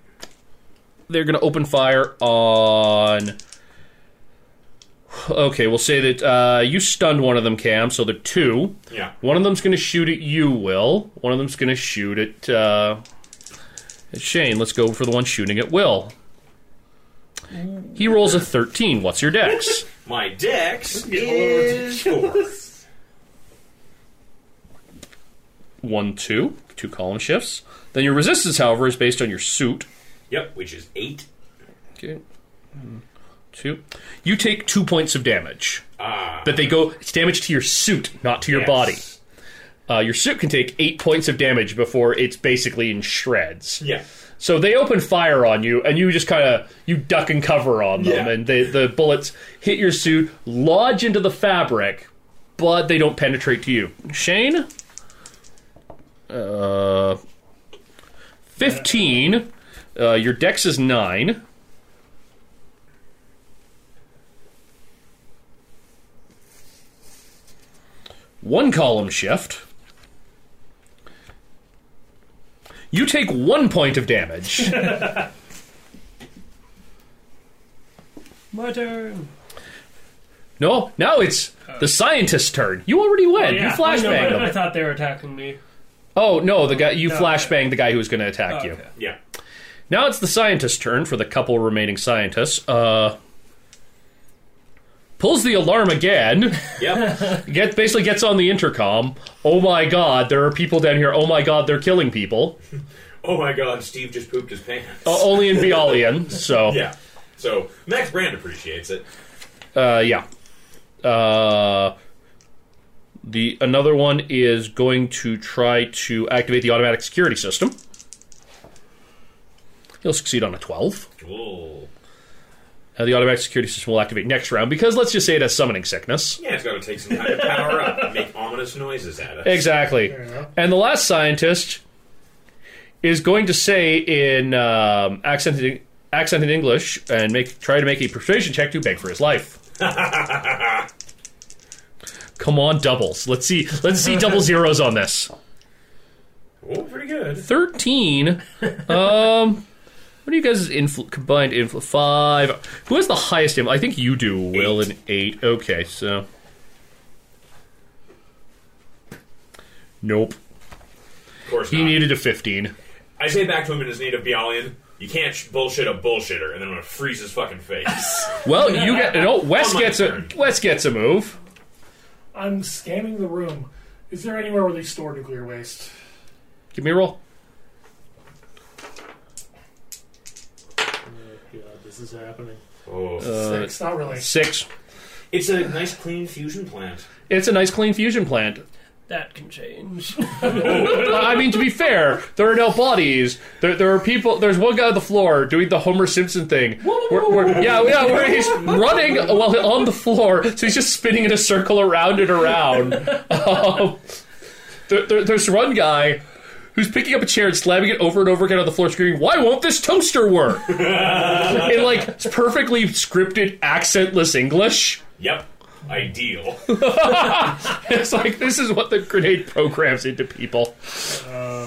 Speaker 2: they're going to open fire on. Okay, we'll say that uh, you stunned one of them, Cam. So they're two.
Speaker 4: Yeah.
Speaker 2: One of them's going to shoot at you, Will. One of them's going to shoot at, uh, at Shane. Let's go for the one shooting at Will. He rolls a thirteen. What's your dex?
Speaker 4: My dex
Speaker 3: Get lower.
Speaker 4: is four.
Speaker 2: One, two, two column shifts. Then your resistance, however, is based on your suit.
Speaker 4: Yep, which is eight.
Speaker 2: Okay. Two. You take two points of damage.
Speaker 4: Ah.
Speaker 2: But they go, it's damage to your suit, not to your
Speaker 4: yes.
Speaker 2: body. Uh, your suit can take eight points of damage before it's basically in shreds.
Speaker 4: Yeah.
Speaker 2: So they open fire on you, and you just kind of you duck and cover on them,
Speaker 4: Yeah.
Speaker 2: and they, the bullets hit your suit, lodge into the fabric, but they don't penetrate to you. Shane, uh, fifteen. Uh, your dex is nine. One column shift. You take one point of damage.
Speaker 7: My turn.
Speaker 2: No, now it's the scientist's turn. You already went.
Speaker 3: yeah.
Speaker 2: You
Speaker 7: I, know, but I
Speaker 2: flashbanged him.
Speaker 7: thought they were attacking me.
Speaker 2: Oh no, the guy you
Speaker 7: No.
Speaker 2: flashbanged the guy who was going to attack you.
Speaker 7: Okay.
Speaker 4: Yeah.
Speaker 2: Now it's the scientist's turn for the couple remaining scientists. Uh, pulls the alarm again.
Speaker 4: Yep.
Speaker 2: Get basically gets on the intercom. Oh my god, there are people down here. Oh my god, they're killing people.
Speaker 4: oh my god, Steve just pooped his pants.
Speaker 2: Uh, only in Violian. So
Speaker 4: Yeah. So Max Brand appreciates it.
Speaker 2: Uh, yeah. Uh, the another one is going to try to activate the automatic security system. He'll succeed on a twelve.
Speaker 4: Cool.
Speaker 2: Uh, the automatic security system will activate next round because let's just say it has summoning sickness.
Speaker 4: Yeah, it's got to take some time to power up and make ominous noises at us.
Speaker 2: Exactly.
Speaker 3: enough.
Speaker 2: And the last scientist is going to say in um, accented accented English and make try to make a persuasion check to beg for his life. Come on, doubles. Let's see. Let's see double zeros on this.
Speaker 4: Oh, pretty good.
Speaker 2: Thirteen. Um, What are you guys' influ- combined influ? Five. Who has the highest influ? I think you do, Will, and eight. Okay, so. Nope.
Speaker 4: Of course
Speaker 2: He
Speaker 4: not.
Speaker 2: needed a 15.
Speaker 4: I say back to him in his native Bialyan, you can't sh- bullshit a bullshitter, and then I'm gonna freeze his fucking face.
Speaker 2: Well, you get. No, Wes
Speaker 4: On my
Speaker 2: gets a.
Speaker 4: turn.
Speaker 2: Wes gets a move.
Speaker 6: I'm scanning the room. Is there anywhere where they store nuclear waste?
Speaker 2: Give me a roll.
Speaker 3: God, this is happening.
Speaker 4: oh.
Speaker 6: Six. Not really.
Speaker 2: Six.
Speaker 4: it's a nice clean fusion plant.
Speaker 2: It's a nice clean fusion plant.
Speaker 7: That can change.
Speaker 2: I mean, to be fair, there are no bodies. There, there are people. There's one guy on the floor doing the Homer Simpson thing. Where, where, yeah, yeah, where he's running while on the floor, so he's just spinning in a circle around and around. Um, there, there, there's one guy who's picking up a chair and slamming it over and over again on the floor, screaming, "Why won't this toaster work?" in like perfectly scripted, accentless English.
Speaker 4: Yep. Ideal.
Speaker 2: It's like this is what the grenade programs into people.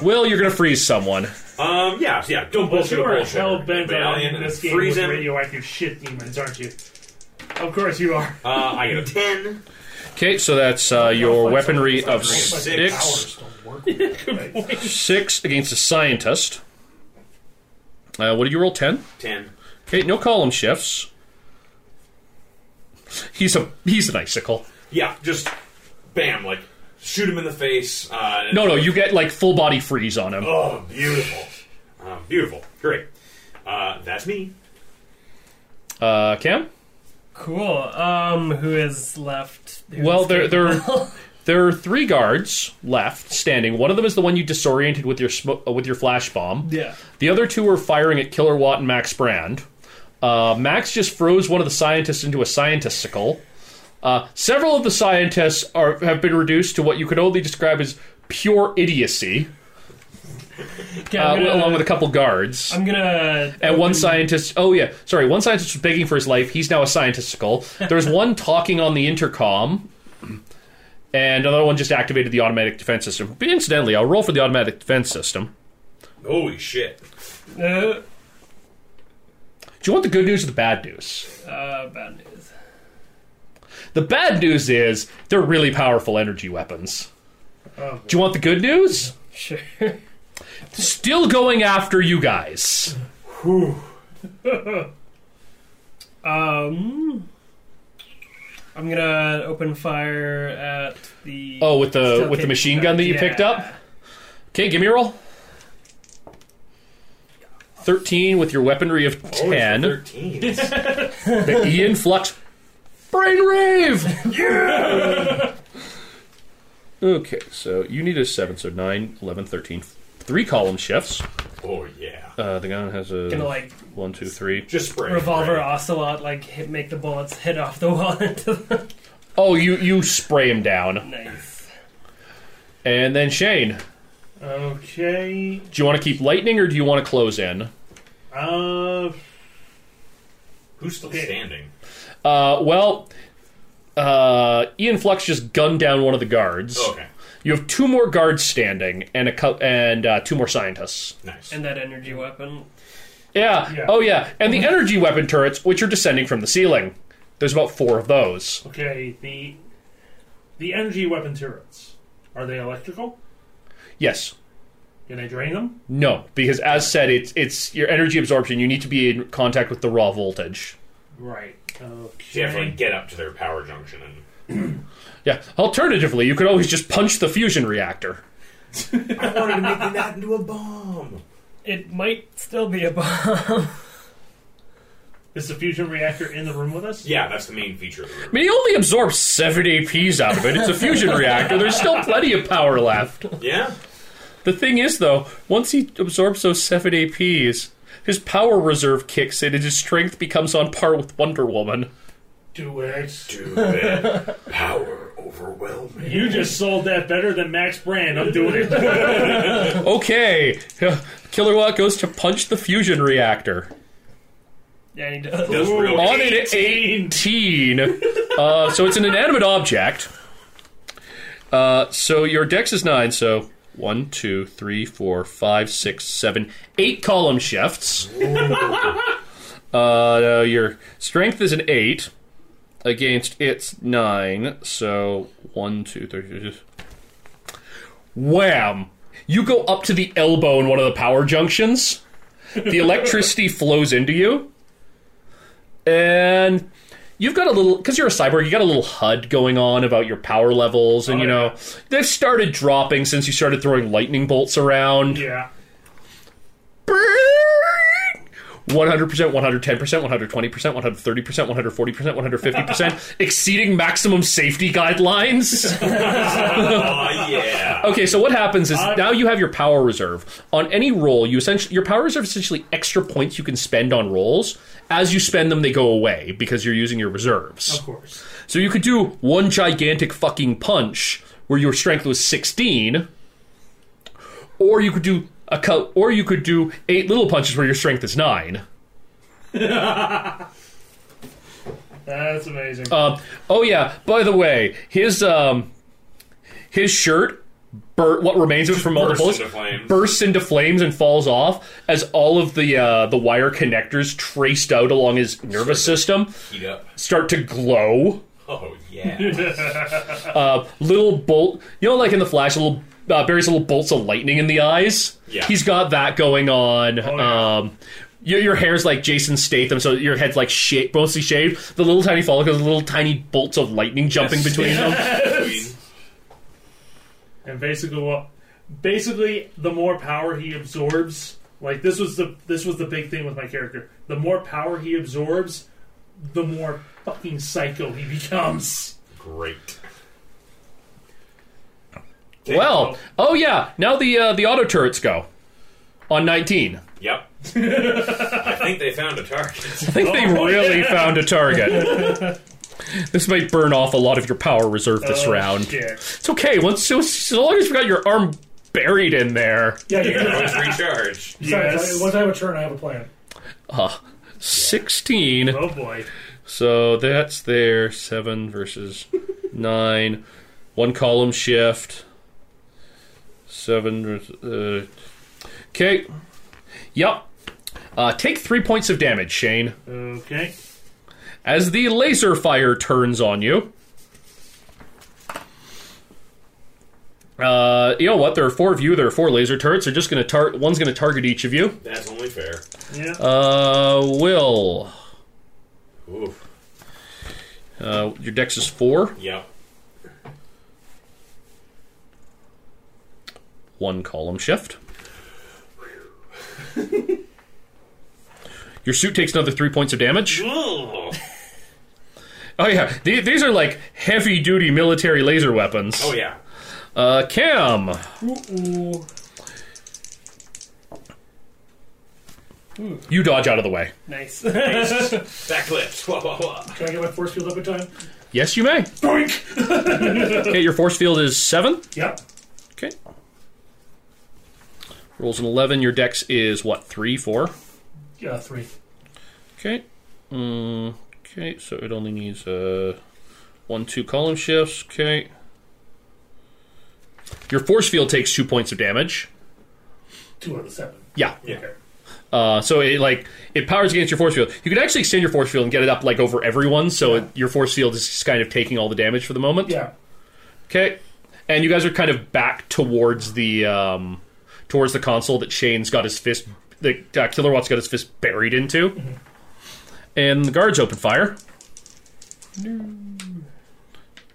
Speaker 2: Will, you're gonna freeze someone.
Speaker 4: um, yeah, yeah, don't
Speaker 3: Well,
Speaker 4: bullshit
Speaker 3: you
Speaker 4: a
Speaker 3: are
Speaker 4: bullshitter.
Speaker 3: hell bent
Speaker 4: Bialyan
Speaker 3: on
Speaker 4: and
Speaker 3: this game
Speaker 4: freeze
Speaker 3: with
Speaker 4: him.
Speaker 3: radioactive shit demons, aren't you? Of course you are.
Speaker 4: Uh, I get a 10.
Speaker 2: Okay, so that's uh, your weaponry of
Speaker 4: Six.
Speaker 2: six,
Speaker 8: Powers don't work. with it, right?
Speaker 2: six against a scientist. Uh, what did you roll? Ten.
Speaker 4: 10.
Speaker 2: Okay, no column shifts. He's a he's an icicle.
Speaker 4: Yeah, just bam, like shoot him in the face. Uh,
Speaker 2: No, no, you get like full body freeze on him.
Speaker 4: Oh, beautiful. Uh, beautiful. Great. Uh, that's me.
Speaker 2: Uh, Cam.
Speaker 7: cool. Um, who is left? Who
Speaker 2: Well,
Speaker 7: is
Speaker 2: there there
Speaker 7: capable?
Speaker 2: there are three guards left standing. One of them is the one you disoriented with your sm- uh, with your flash bomb.
Speaker 7: yeah.
Speaker 2: The other two are firing at Killer Watt and Max Brand. Uh, Max just froze one of the scientists into a scientistical. Uh, several of the scientists are have been reduced to what you could only describe as pure idiocy,
Speaker 7: Okay,
Speaker 2: uh,
Speaker 7: I'm gonna,
Speaker 2: along with a couple guards.
Speaker 7: I'm gonna.
Speaker 2: and one scientist, oh yeah, sorry, one scientist was begging for his life. He's now a scientistical. There's one talking on the intercom, and another one just activated the automatic defense system. But incidentally, I'll roll for the automatic defense system.
Speaker 4: Holy shit.
Speaker 7: Uh,
Speaker 2: Do you want the good news or the bad news?
Speaker 7: uh, bad news.
Speaker 2: The bad news is they're really powerful energy weapons. Do you want the good news?
Speaker 7: Sure.
Speaker 2: Still going after you guys.
Speaker 7: Um, I'm gonna open fire at the.
Speaker 2: Oh, with the
Speaker 7: Still
Speaker 2: with the
Speaker 7: kick-
Speaker 2: machine gun that you
Speaker 7: yeah.
Speaker 2: picked up. Okay, give me a roll. Thirteen with your weaponry of
Speaker 4: Oh, it's
Speaker 2: ten.
Speaker 4: the 13.
Speaker 2: the Ian Flux Brainwave. okay, so you need a seven, so nine, eleven, thirteen. Three column shifts.
Speaker 4: oh, yeah.
Speaker 2: Uh, the gun has a
Speaker 7: Gonna like
Speaker 2: one, two, three.
Speaker 4: Just spray.
Speaker 7: revolver
Speaker 4: Right.
Speaker 7: ocelot, like hit, make the bullets hit off the wall into the.
Speaker 2: Oh, you you spray him down,
Speaker 7: Nice.
Speaker 2: and then Shane.
Speaker 3: Okay.
Speaker 2: Do you want to keep lightning or do you want to close in?
Speaker 3: Uh,
Speaker 4: Who's still standing?
Speaker 2: Uh, well, uh, Ian Flux just gunned down one of the guards.
Speaker 4: Oh, Okay.
Speaker 2: You have two more guards standing and a cou- and uh, two more scientists.
Speaker 4: Nice.
Speaker 7: And that energy weapon.
Speaker 2: Yeah.
Speaker 3: Yeah.
Speaker 2: Oh yeah. And the energy weapon turrets, which are descending from the ceiling. There's about four of those.
Speaker 3: okay. The the energy weapon turrets are they electrical?
Speaker 2: Yes.
Speaker 3: Can I drain them?
Speaker 2: No, because as said, it's it's your energy absorption. You need to be in contact with the raw voltage.
Speaker 3: Right. Okay.
Speaker 4: They have to like, get up to their power junction and
Speaker 2: Yeah. Alternatively, you could always just punch the fusion reactor.
Speaker 4: I wanted to make that into a bomb.
Speaker 7: It might still be a bomb.
Speaker 3: Is the fusion reactor in the room with us?
Speaker 4: Yeah, that's the main feature of the room.
Speaker 2: I mean, he only absorbs seven APs out of it. It's a fusion reactor. There's still plenty of power left.
Speaker 4: Yeah?
Speaker 2: The thing is, though, once he absorbs those seven APs, his power reserve kicks in and his strength becomes on par with Wonder Woman.
Speaker 3: Do it.
Speaker 4: Do that. power overwhelming.
Speaker 3: You just sold that better than Max Brand. I'm doing it.
Speaker 2: Okay, Killer Watt goes to punch the fusion reactor.
Speaker 7: yeah, he does.
Speaker 4: Does real
Speaker 2: On an 18. Uh, so it's an inanimate object. Uh, so your dex is 9, so One, two, three, four, five, six, seven, eight column shifts. uh, your strength is an eight against its nine. So one, two, three, four, five. wham! You go up to the elbow in one of the power junctions. The electricity flows into you, and you've got a little because you're a cyborg. You got a little HUD going on about your power levels, and you know they've started dropping since you started throwing lightning bolts around.
Speaker 3: Yeah.
Speaker 2: 100%, 110%, 120%, 130%, 140%, 150%, exceeding maximum safety guidelines.
Speaker 4: Aw, Oh, yeah.
Speaker 2: Okay, so what happens is now you have your power reserve. On any roll, you essentially your power reserve is essentially extra points you can spend on rolls. As you spend them, they go away because you're using your reserves.
Speaker 3: Of course.
Speaker 2: So you could do one gigantic fucking punch where your strength was 16 or you could do a co- or you could do eight little punches where your strength is 9.
Speaker 3: That's amazing.
Speaker 2: Um, oh yeah. By the way, his um, his shirt, bur- what remains of it from all the
Speaker 4: bursts
Speaker 2: bullets,
Speaker 4: into flames.
Speaker 2: bursts into flames and falls off as all of the uh, the wire connectors traced out along his nervous system
Speaker 4: Heat up.
Speaker 2: start to glow.
Speaker 4: Oh, yeah.
Speaker 2: Little bolt, you know, like in the Flash, little uh, Barry's little bolts of lightning in the eyes.
Speaker 4: Yeah. Oh,
Speaker 2: he's got that going on.
Speaker 3: yeah.
Speaker 2: um, your, your hair's like Jason Statham, so your head's like sha- mostly shaved. The little tiny follicles, little tiny bolts of lightning jumping between them.
Speaker 4: Queen.
Speaker 3: and basically what basically the more power he absorbs like this was the this was the big thing with my character the more power he absorbs the more fucking psycho he becomes
Speaker 4: Great.
Speaker 2: Well, oh yeah, now the uh, the auto turrets go on 19.
Speaker 4: Yep. I think they found a target.
Speaker 2: I think they
Speaker 3: Oh.
Speaker 2: really found a target. this might burn off a lot of your power reserve this
Speaker 3: Oh,
Speaker 2: round.
Speaker 3: shit.
Speaker 2: It's okay. Once so, so long as you got your arm buried in there.
Speaker 6: Yeah, yeah. yeah.
Speaker 4: Let's recharge.
Speaker 6: Sorry,
Speaker 3: Yes.
Speaker 6: Once I have a turn, I have a plan.
Speaker 2: 16.
Speaker 3: oh boy
Speaker 2: So that's there. 7 versus 9. One column shift. 7 versus. Uh, okay. Yep. Uh, take 3 points of damage, Shane.
Speaker 3: okay
Speaker 2: as the laser fire turns on you. Uh, you know what? There are four of you. There are four laser turrets. They're just gonna tar- one's gonna target each of you.
Speaker 4: That's only fair.
Speaker 3: yeah
Speaker 2: Uh, will
Speaker 4: Oof.
Speaker 2: uh, your dex is four.
Speaker 4: Yep.
Speaker 2: One column shift. Your suit takes another three points of damage.
Speaker 4: Oh,
Speaker 2: Oh yeah, Th- these are like heavy duty military laser weapons.
Speaker 4: Oh, yeah.
Speaker 2: Uh, Cam. You dodge out of the way.
Speaker 7: Nice.
Speaker 4: Backflips. Wah, wah, wah.
Speaker 6: Can I get my force field up in time?
Speaker 2: Yes, you may. okay, your force field is seven.
Speaker 6: Yep.
Speaker 2: Okay. Rolls an eleven. Your dex is what? Three, four.
Speaker 6: Yeah, three.
Speaker 2: Okay. Mm, okay, so it only needs uh, one, two column shifts. Okay. Your force field takes two points of damage.
Speaker 6: Two out of seven.
Speaker 2: Yeah.
Speaker 4: Yeah.
Speaker 2: Uh, so it like it powers against your force field. You can actually extend your force field and get it up like over everyone, so it, your force field is just kind of taking all the damage for the moment.
Speaker 6: Yeah.
Speaker 2: Okay. And you guys are kind of back towards the um, towards the console that Shane's got his fist, the uh, Killer Watt's got his fist buried into, and the guards open fire.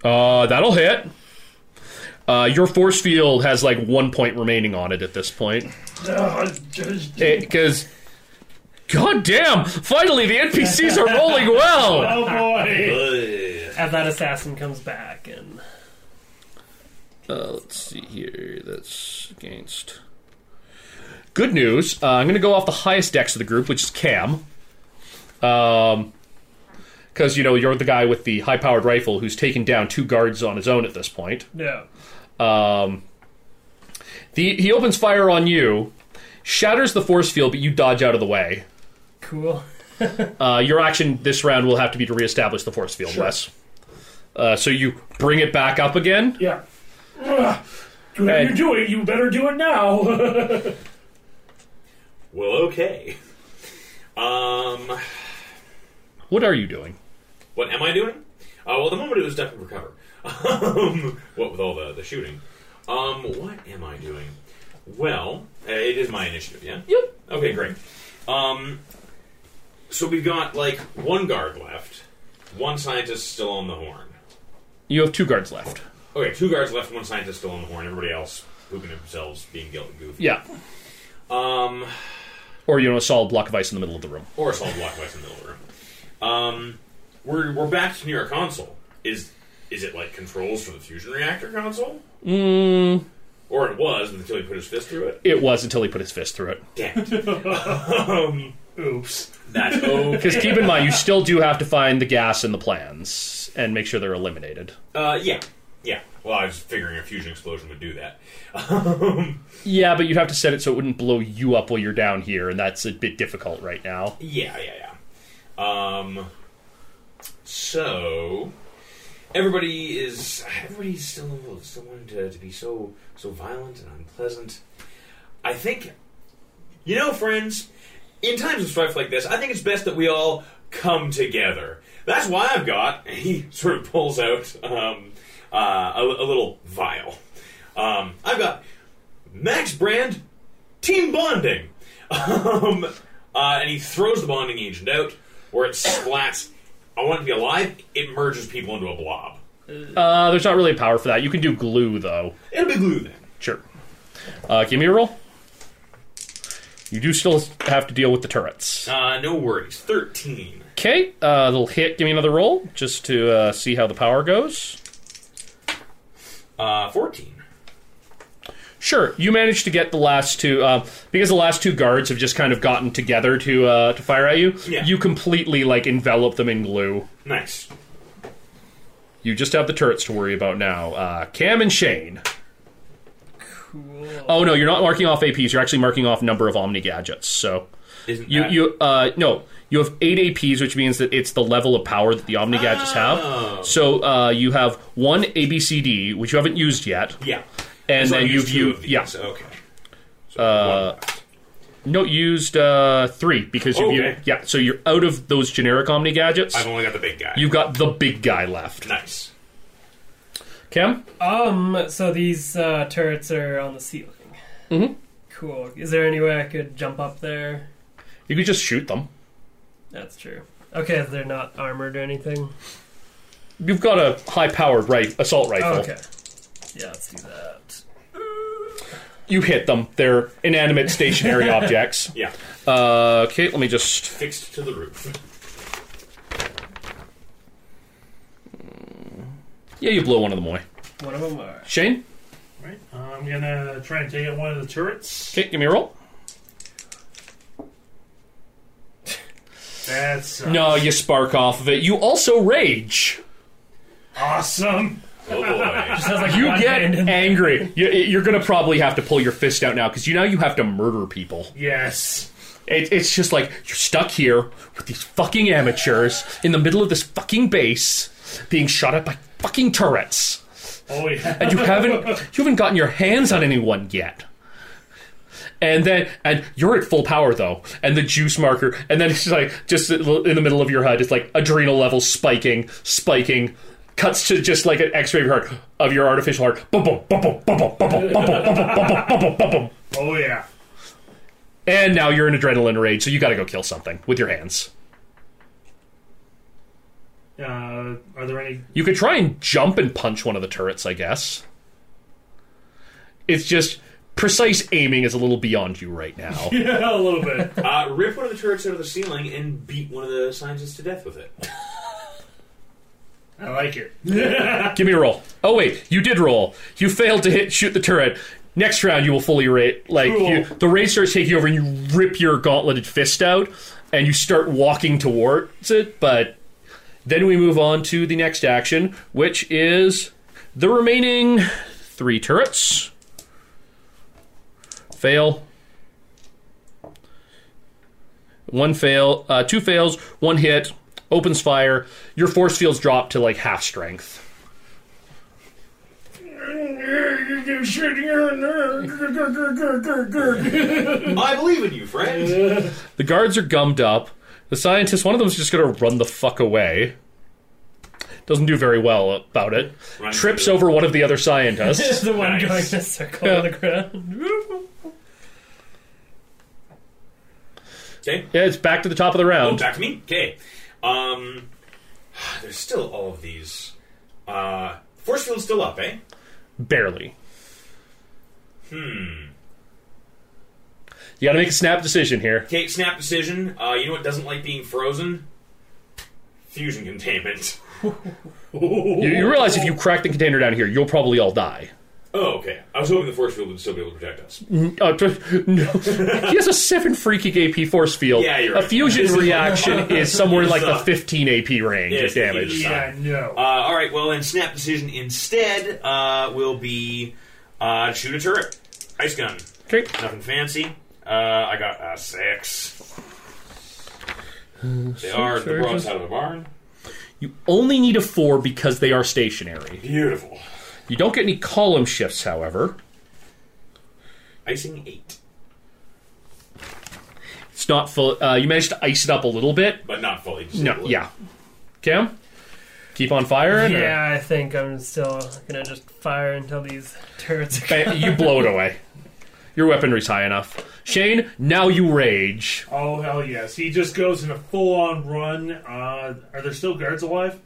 Speaker 2: Uh, that'll hit. Uh, your force field has like one point remaining on it at this point. Because, god damn, Eh, finally the NPCs are rolling well.
Speaker 3: oh boy
Speaker 4: Ugh.
Speaker 7: As that assassin comes back and
Speaker 2: Uh, let's see here. That's against. Good news. Uh, I'm going to go off the highest dex of the group, which is Cam. Um, because you know you're the guy with the high-powered rifle who's taken down two guards on his own at this point.
Speaker 7: no.
Speaker 2: Um, the he opens fire on you, shatters the force field, but you dodge out of the way.
Speaker 7: Cool.
Speaker 2: Uh, your action this round will have to be to reestablish the force field, Wes. Uh, so you bring it back up again.
Speaker 6: Yeah. Whatever
Speaker 2: Hey.
Speaker 6: you're doing, you better do it now.
Speaker 4: Well, okay. Um,
Speaker 2: What are you doing?
Speaker 4: what am I doing? Uh, well, at the moment it was ducking for cover. um, what with all the, the shooting. Um, what am I doing? Well, uh, it is my initiative, yeah? Yep. Okay, great. Um, so we've got, like, one guard left, one scientist still on the horn.
Speaker 2: You have two guards left.
Speaker 4: Okay, two guards left, one scientist still on the horn, everybody else pooping themselves, being guilty goofy.
Speaker 2: Yeah.
Speaker 4: Um,
Speaker 2: Or you know, a solid block of ice in the middle of the room.
Speaker 4: or a solid block west in the middle of the room. Um, we're we're back to near a console. Is is it like controls for the fusion reactor console? Mm. Or it was until he put his fist through it.
Speaker 2: It was until he put his fist through it.
Speaker 4: Damn it. Um,
Speaker 3: Oops.
Speaker 4: That's oh.
Speaker 2: Because keep in mind, you still do have to find the gas and the plans and make sure they're eliminated.
Speaker 4: Uh, yeah, yeah. Well, I was figuring a fusion explosion would do that. Um,
Speaker 2: Yeah, but you'd have to set it so it wouldn't blow you up while you're down here, and that's a bit difficult right now.
Speaker 4: Yeah, yeah, yeah. Um, so everybody is everybody's still still wanting to, to be so so violent and unpleasant. I think, you know, friends, in times of strife like this, I think it's best that we all come together. That's why I've got. He sort of pulls out um, uh, a, a little vial. Um, I've got Max Brand team bonding. Um, uh, and he throws the bonding agent out, where it splats. I want it to be alive. It merges people into a blob.
Speaker 2: Uh, there's not really a power for that. You can do glue though.
Speaker 4: It'll be glue then.
Speaker 2: Sure. Uh, give me a roll. You do still have to deal with the turrets.
Speaker 4: Uh, no worries. Thirteen.
Speaker 2: Okay, uh, little hit. Give me another roll just to uh, see how the power goes.
Speaker 4: Uh, Fourteen.
Speaker 2: Sure, you managed to get the last two uh, because the last two guards have just kind of gotten together to uh, to fire at you.
Speaker 4: Yeah.
Speaker 2: You completely like envelop them in glue.
Speaker 4: Nice.
Speaker 2: You just have the turrets to worry about now. Uh, Cam and Shane.
Speaker 7: Cool.
Speaker 2: Oh no, you're not marking off APs. You're actually marking off number of Omni gadgets. So
Speaker 4: Isn't
Speaker 2: you
Speaker 4: that-
Speaker 2: you uh, no, you have eight APs, which means that it's the level of power that the Omni gadgets
Speaker 4: Oh.
Speaker 2: have. So uh, you have one ABCD, which you haven't used yet,
Speaker 4: Yeah.
Speaker 2: and
Speaker 4: So I
Speaker 2: then you've
Speaker 4: used two
Speaker 2: you
Speaker 4: of these.
Speaker 2: yeah
Speaker 4: Okay. So uh,
Speaker 2: no used uh, three because you've
Speaker 4: Okay.
Speaker 2: used, yeah. So you're out of those generic Omni gadgets.
Speaker 4: I've only got the big guy.
Speaker 2: You've got the big guy left.
Speaker 4: nice.
Speaker 2: Cam,
Speaker 7: Um, so these uh, turrets are on the ceiling. Mm-hmm. Cool. Is there any way I could jump up there?
Speaker 2: you could just shoot them.
Speaker 7: That's true. Okay, they're not armored or anything.
Speaker 2: You've got a high-powered right assault rifle.
Speaker 7: Oh, okay. Yeah, let's do that.
Speaker 2: You hit them. They're inanimate stationary objects.
Speaker 4: Yeah.
Speaker 2: Uh, okay, let me just.
Speaker 4: Fixed to the roof.
Speaker 2: Yeah, you blow one of them away.
Speaker 7: One of them are.
Speaker 2: Shane,
Speaker 3: Right. I'm gonna try and take out one of the turrets.
Speaker 2: okay, give me a roll.
Speaker 3: That's uh,
Speaker 2: No, you spark off of it. You also rage.
Speaker 3: awesome.
Speaker 4: Oh boy.
Speaker 7: Sounds like
Speaker 2: You
Speaker 7: one
Speaker 2: get
Speaker 7: hand in-
Speaker 2: angry. You, you're gonna probably have to pull your fist out now because you know you have to murder people.
Speaker 3: Yes.
Speaker 2: It, it's just like you're stuck here with these fucking amateurs in the middle of this fucking base, being shot at by fucking turrets,
Speaker 3: Oh yeah.
Speaker 2: and you haven't you haven't gotten your hands on anyone yet. And then, and you're at full power though, and the juice marker, and then it's just like just in the middle of your head, it's like adrenal levels spiking, spiking. Cuts to just like an X-ray of your heart of your artificial heart. Boom, boom, boom, boom, boom, boom, boom, boom, boom, boom, boom, boom, boom, boom, boom, boom.
Speaker 3: Oh yeah.
Speaker 2: And now you're in adrenaline rage, so you got to go kill something with your hands.
Speaker 3: Uh, are there any?
Speaker 2: You could try and jump and punch one of the turrets, I guess. It's just precise aiming is a little beyond you right now.
Speaker 3: Yeah, a little bit.
Speaker 4: uh, rip one of the turrets out of the ceiling and beat one of the scientists to death with it.
Speaker 3: I like it.
Speaker 2: Give me a roll. Oh wait, you did roll. You failed to hit shoot the turret. Next round, you will fully rate like
Speaker 3: Cool.
Speaker 2: you, the rage starts taking over, and you rip your gauntleted fist out, and you start walking towards it. But then we move on to the next action, which is the remaining three turrets. Fail. One fail, uh, two fails, one hit, opens fire. Your force field's dropped to like half strength.
Speaker 6: you do shit here and there. Grr, grr, grr, grr, grr, grr.
Speaker 4: I believe in you, friend.
Speaker 2: The guards are gummed up. The scientist, one of them's just going to run the fuck away. Doesn't do very well about it.
Speaker 4: Runs
Speaker 2: Trips
Speaker 4: through.
Speaker 2: over one of the other scientists.
Speaker 7: the one
Speaker 4: Nice.
Speaker 7: going in a circle on the ground.
Speaker 4: Okay.
Speaker 2: yeah, it's back to the top of the
Speaker 4: Oh,
Speaker 2: round.
Speaker 4: back to me. Okay. Um, there's still all of these. Uh, force field's still up, eh?
Speaker 2: Barely. Hmm. You got to make a snap decision here.
Speaker 4: Okay, snap decision. Uh, you know what doesn't like being frozen? Fusion containment.
Speaker 2: You, you realize if you crack the container down here, you'll probably all die.
Speaker 4: Oh, okay. I was hoping the force field would still be able to protect us.
Speaker 2: Uh, t- no. he has a seven freaking AP force field.
Speaker 4: Yeah, you're
Speaker 2: a
Speaker 4: right.
Speaker 2: fusion reaction is somewhere in like the
Speaker 4: Yes, uh,
Speaker 2: 15 AP range
Speaker 4: yes,
Speaker 2: of damage.
Speaker 4: yes.
Speaker 3: Yeah, no.
Speaker 4: Uh, all right. Well, then snap decision instead uh, will be uh, shoot a turret, ice gun.
Speaker 2: Okay.
Speaker 4: Nothing fancy. Uh, I got a six.
Speaker 3: Uh,
Speaker 4: They are
Speaker 2: charges.
Speaker 4: the broadside of the barn.
Speaker 2: You only need a four because they are stationary.
Speaker 4: Beautiful.
Speaker 2: You don't get any column shifts, however.
Speaker 4: Icing eight,
Speaker 2: It's not full. Uh, you managed to ice it up a little bit.
Speaker 4: but not fully. just a
Speaker 2: No.
Speaker 4: little.
Speaker 2: Yeah. Cam, keep on firing. or-
Speaker 7: Yeah, I think I'm still gonna just fire until these turrets are
Speaker 2: Bam, you blow it away. Your weaponry's high enough. Shane, now you rage.
Speaker 3: Oh hell yes! He just goes in a full-on run. Uh, are there still guards alive?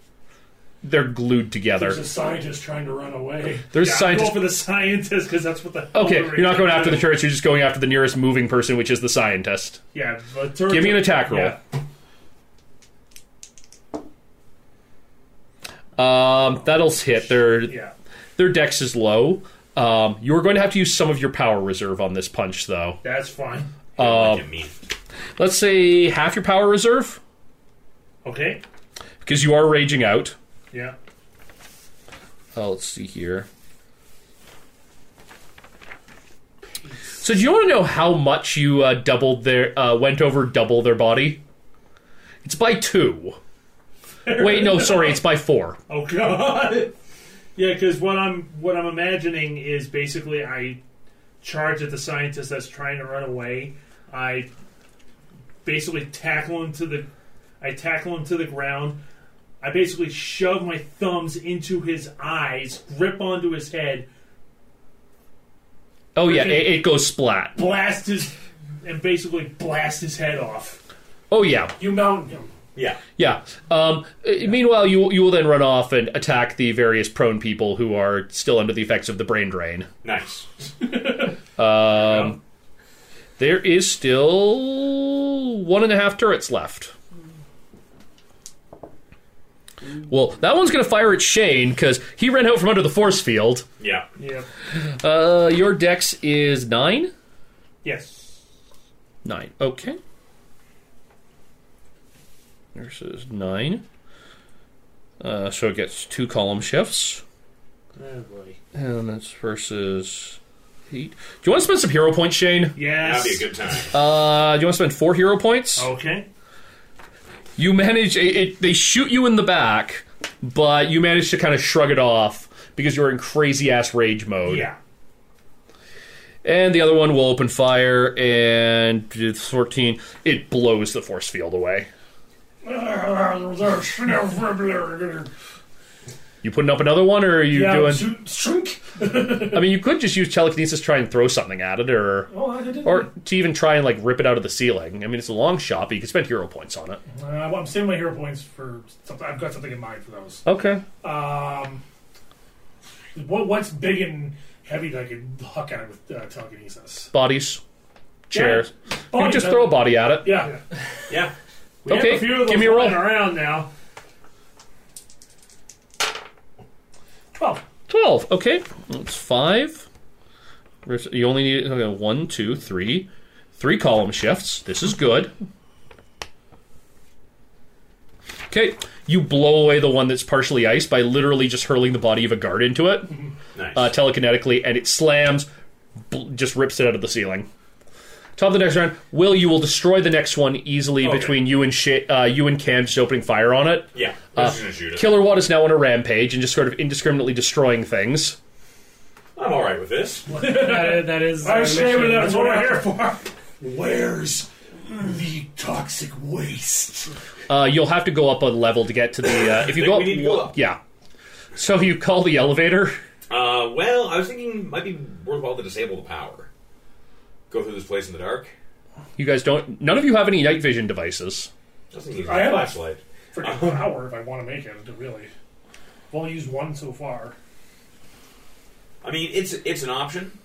Speaker 2: They're glued together.
Speaker 6: There's a scientist trying to run away.
Speaker 2: There's
Speaker 3: Yeah,
Speaker 2: scientists.
Speaker 3: Go for the scientist because that's what the.
Speaker 2: Okay, you're not going after the turrets. You're just going after the nearest moving person, which is the scientist.
Speaker 3: Yeah, the turret.
Speaker 2: Give me an attack roll.
Speaker 3: Yeah.
Speaker 2: Um, that'll hit. Their
Speaker 3: yeah.
Speaker 2: their dex is low. Um, you're going to have to use some of your power reserve on this punch, though.
Speaker 3: that's fine.
Speaker 2: Uh,
Speaker 4: What do you mean?
Speaker 2: Let's say half your power reserve
Speaker 3: Okay.
Speaker 2: because you are raging out.
Speaker 3: Yeah.
Speaker 2: Uh, let's see here. So do you want to know how much you uh, doubled their uh, went over double their body? It's by two. Wait, no, sorry, it's by four.
Speaker 3: Oh god. yeah, because what I'm what I'm imagining is basically I charge at the scientist that's trying to run away. I basically tackle him to the I tackle him to the ground. I basically shove my thumbs into his eyes, grip onto his head,
Speaker 2: Oh yeah, it, it goes splat.
Speaker 3: blast his and basically blast his head off.
Speaker 2: Oh yeah,
Speaker 6: You mount him.
Speaker 4: Yeah.
Speaker 2: yeah. Um, uh, meanwhile, you you will then run off and attack the various prone people who are still under the effects of the brain drain.
Speaker 4: Nice.
Speaker 2: Um, There is still one and a half turrets left. Well, that one's going to fire at Shane because he ran out from under the force field.
Speaker 4: Yeah.
Speaker 3: Yeah.
Speaker 2: Uh, your dex is nine.
Speaker 3: Yes.
Speaker 2: Nine. Okay. Versus nine. Uh, so it gets two column shifts,
Speaker 3: Oh boy.
Speaker 2: and that's versus eight. Do you want to spend some hero points, Shane?
Speaker 3: Yes.
Speaker 4: That'd be a good time.
Speaker 2: Uh, do you want to spend four hero points?
Speaker 3: Okay.
Speaker 2: you manage it, it, they shoot you in the back but you manage to kind of shrug it off because you're in crazy ass rage
Speaker 4: Oh,
Speaker 2: mode
Speaker 3: Yeah.
Speaker 2: and the other one will open fire and it's 14 it blows the force field away you putting up another one or are you
Speaker 6: Yeah,
Speaker 2: doing
Speaker 6: shoot- shrink.
Speaker 2: i mean you could just use telekinesis to try and throw something at it or
Speaker 6: Oh, I didn't.
Speaker 2: or to even try and like rip it out of the ceiling i mean it's a long shot but you could spend hero points on it
Speaker 6: Uh, I'm saving my hero points for something. I've got something in mind for those.
Speaker 2: okay
Speaker 6: Um, what what's big and heavy that I could huck at it with uh, telekinesis?
Speaker 2: bodies chairs you
Speaker 6: Body
Speaker 2: could just
Speaker 6: type.
Speaker 2: throw a body at it
Speaker 6: Yeah.
Speaker 4: Yeah.
Speaker 3: We have
Speaker 2: Okay,
Speaker 3: a few of
Speaker 2: give
Speaker 3: those
Speaker 2: me a roll.
Speaker 3: lying around now.
Speaker 6: Twelve.
Speaker 2: 12. Okay. That's five. You only need okay, one, two, three. Three column shifts. This is good. Okay. You blow away the one that's partially iced by literally just hurling the body of a guard into it
Speaker 4: Nice.
Speaker 2: uh, telekinetically, and it slams, bl- just rips it out of the ceiling. Top of the next round, Will, you will destroy the next one easily
Speaker 4: Okay.
Speaker 2: between you and shit, uh, you and Cam just opening fire on it. Uh,
Speaker 4: yeah. I'm just gonna shoot it.
Speaker 2: Killer Watt is now on a rampage and just sort of indiscriminately destroying things.
Speaker 4: I'm all right with this.
Speaker 7: That- that is.
Speaker 3: I
Speaker 7: our
Speaker 3: say
Speaker 7: mission.
Speaker 3: that's what we're here for.
Speaker 8: Where's the toxic waste?
Speaker 2: Uh, you'll have to go up a level to get to the. Uh, if you
Speaker 4: Think
Speaker 2: go
Speaker 4: we
Speaker 2: up,
Speaker 4: need to go
Speaker 2: one-
Speaker 4: up.
Speaker 2: yeah. So you call the elevator.
Speaker 4: Uh, well, I was thinking it might be worthwhile to disable the power. Go through this place in the dark.
Speaker 2: You guys don't. None of you have any night vision devices.
Speaker 4: Doesn't use
Speaker 3: I
Speaker 4: a
Speaker 3: have-
Speaker 4: flashlight.
Speaker 3: Freaking power if I want to make it, really. I've only used one so far.
Speaker 4: I mean, it's it's an option.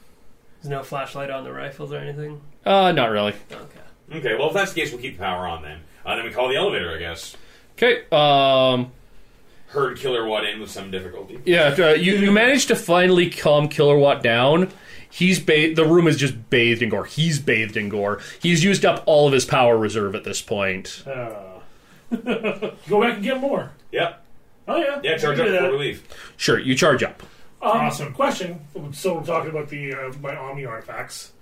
Speaker 7: There's no flashlight on the rifles or anything.
Speaker 2: Uh, not really.
Speaker 7: Okay.
Speaker 4: Okay, well, if that's the case, we'll keep the power on then. Uh, then we call the elevator, I guess.
Speaker 2: Okay. Um.
Speaker 4: Heard Killer Watt in with some difficulty.
Speaker 2: Yeah. Uh, you you manage to finally calm Killerwatt down. He's ba- the room is just bathed in gore. He's bathed in gore. He's used up all of his power reserve at this point.
Speaker 3: Uh, go back and get more.
Speaker 4: Yep.
Speaker 3: Oh yeah,
Speaker 4: Yeah, charge
Speaker 3: we can
Speaker 4: up
Speaker 3: do
Speaker 4: before
Speaker 3: that.
Speaker 4: we leave.
Speaker 2: Sure, you charge up.
Speaker 3: Um, awesome question. So we're talking about the uh, my Omni artifacts.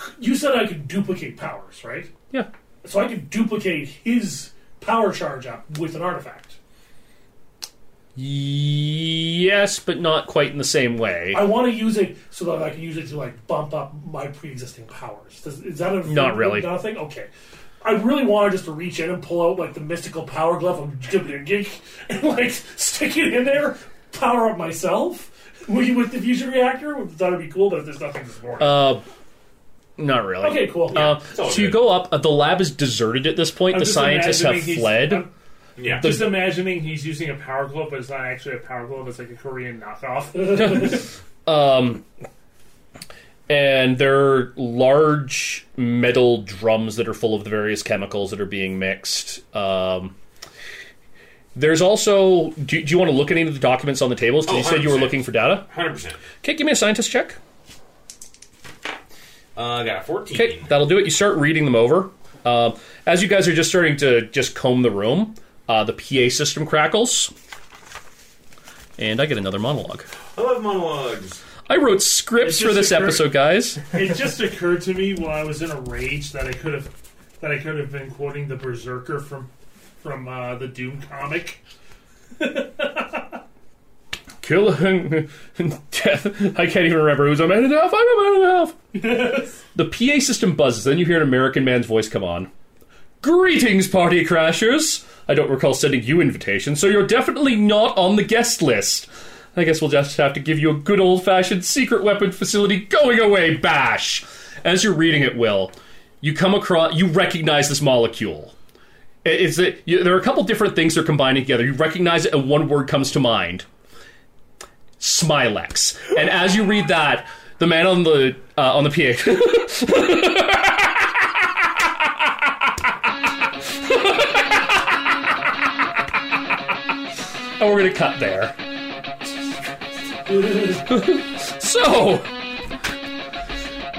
Speaker 3: C- You said I could duplicate powers, right?
Speaker 2: Yeah.
Speaker 3: So I could duplicate his power charge up with an artifact.
Speaker 2: Yes, but not quite in the same way.
Speaker 3: I want to use it so that I can use it to like bump up my pre-existing powers. Does, is that a
Speaker 2: Not really.
Speaker 3: Not a thing. Okay. I really wanted just to reach in and pull out like the mystical power glove of Gibbidig and like stick it in there, power up myself with, with the fusion reactor. That'd be cool, but if there's nothing this morning.
Speaker 2: Uh, not really.
Speaker 3: okay, cool.
Speaker 2: Uh,
Speaker 4: all
Speaker 2: so you
Speaker 4: good.
Speaker 2: go up. Uh, the lab is deserted at this point.
Speaker 9: I'm
Speaker 2: the
Speaker 9: just
Speaker 2: scientists have
Speaker 9: imagining he's-
Speaker 2: fled.
Speaker 9: I'm
Speaker 4: Yeah.
Speaker 9: just imagining he's using a power glove, but it's not actually a power glove. It's like a Korean knockoff.
Speaker 2: and there are large metal drums that are full of the various chemicals that are being mixed. Um, there's also. Do, do you want to look at any of the documents on the tables? 'Cause
Speaker 4: Oh,
Speaker 2: you said you were
Speaker 4: 100%.
Speaker 2: looking for data.
Speaker 4: 100%.
Speaker 2: Okay, give me a scientist check.
Speaker 4: Uh, I got a 14.
Speaker 2: Okay, that'll do it. You start reading them over. Um as you guys are just starting to just comb the room, uh, the PA system crackles, and I get another monologue.
Speaker 4: I love monologues.
Speaker 2: I wrote scripts
Speaker 9: It
Speaker 2: for
Speaker 9: just
Speaker 2: this
Speaker 9: occurred-
Speaker 2: episode, guys.
Speaker 9: it just occurred to me while I was in a rage that I could have that I could have been quoting the Berserker from from uh, the Doom comic.
Speaker 2: Kill and death. I can't even remember who's a man and a half. I'm a man and a half. The PA system buzzes. Then you hear an American man's voice come on. Greetings, party crashers. I don't recall sending you invitations, so you're definitely not on the guest list. I guess we'll just have to give you a good old fashioned secret weapon facility going away bash. As you're reading it, Will, you come across, you recognize this molecule. It- It's that you, there are a couple different things they're combining together. You recognize it, and one word comes to mind: Smilex. And as you read that, the man on the uh, on the PA and we're gonna cut there. so,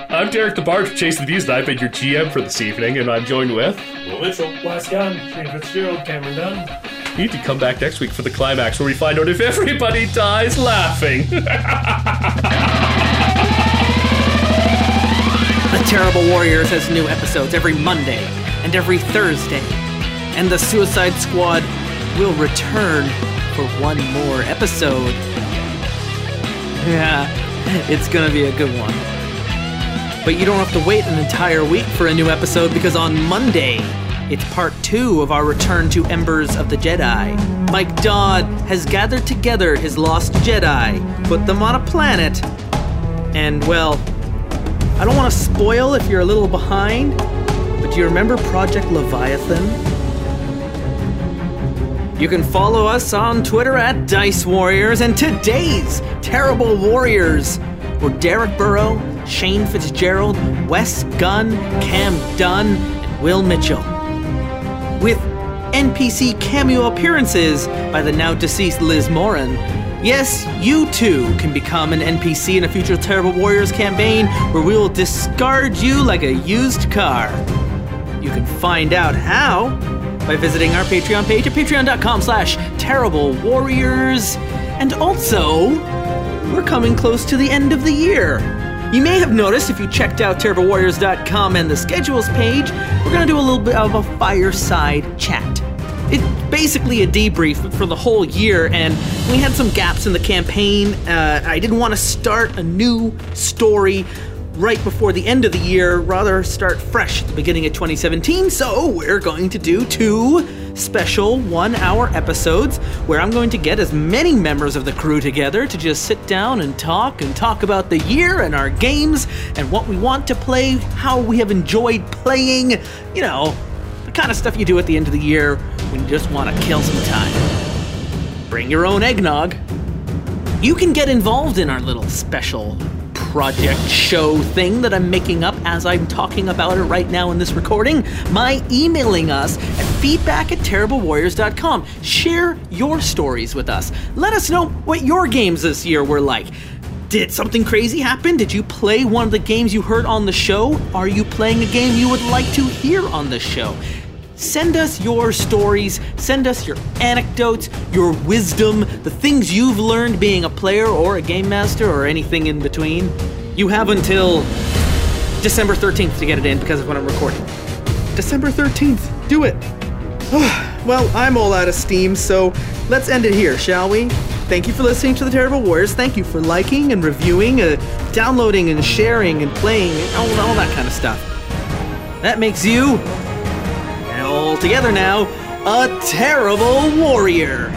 Speaker 2: I'm Derek the Bard from Chase the Views, and I've been your GM for this evening, and I'm joined with.
Speaker 4: Will Mitchell.
Speaker 3: Last gun.
Speaker 9: Shane Fitzgerald,
Speaker 7: Cameron Dunn.
Speaker 2: You need to come back next week for the climax where we find out if everybody dies laughing.
Speaker 1: The Terrible Warriors has new episodes every Monday and every Thursday. And the Suicide Squad will return for one more episode. Yeah, it's gonna be a good one. But you don't have to wait an entire week for a new episode because on Monday, it's part two of our return to Embers of the Jedi. Mike Dodd has gathered together his lost Jedi, put them on a planet, and well, I don't want to spoil if you're a little behind, but do you remember Project Leviathan? You can follow us on Twitter at Dice Warriors and today's Terrible Warriors were Derek Burrow, Shane Fitzgerald, Wes Gunn, Cam Dunn, and Will Mitchell. With NPC cameo appearances by the now deceased Liz Moran. Yes, you too can become an NPC in a future Terrible Warriors campaign where we will discard you like a used car. You can find out how by visiting our Patreon page at patreon.com slash terrible warriors. And also, we're coming close to the end of the year. You may have noticed if you checked out TerribleWarriors.com and the schedules page, we're going to do a little bit of a fireside chat. it's basically a debrief for the whole year, and we had some gaps in the campaign. Uh, I didn't want to start a new story right before the end of the year, rather, start fresh at the beginning of 2017. So, we're going to do two special one hour episodes where I'm going to get as many members of the crew together to just sit down and talk and talk about the year and our games and what we want to play, how we have enjoyed playing, you know, the kind of stuff you do at the end of the year when you just want to kill some time. Bring your own eggnog you can get involved in our little special project show thing that I'm making up as I'm talking about it right now in this recording by emailing us at feedback at terriblewarriors.com. Share your stories with us. Let us know what your games this year were like. Did something crazy happen? Did you play one of the games you heard on the show? Are you playing a game you would like to hear on the show? Send us your stories, send us your anecdotes, your wisdom, the things you've learned being a player or a game master or anything in between. You have until December 13th to get it in because of when I'm recording. December 13th, do it. well, I'm all out of steam, so let's end it here, shall we? Thank you for listening to The Terrible Warriors. Thank you for liking and reviewing, uh, downloading and sharing and playing, and all, all that kind of stuff. That makes you all together now, a terrible warrior.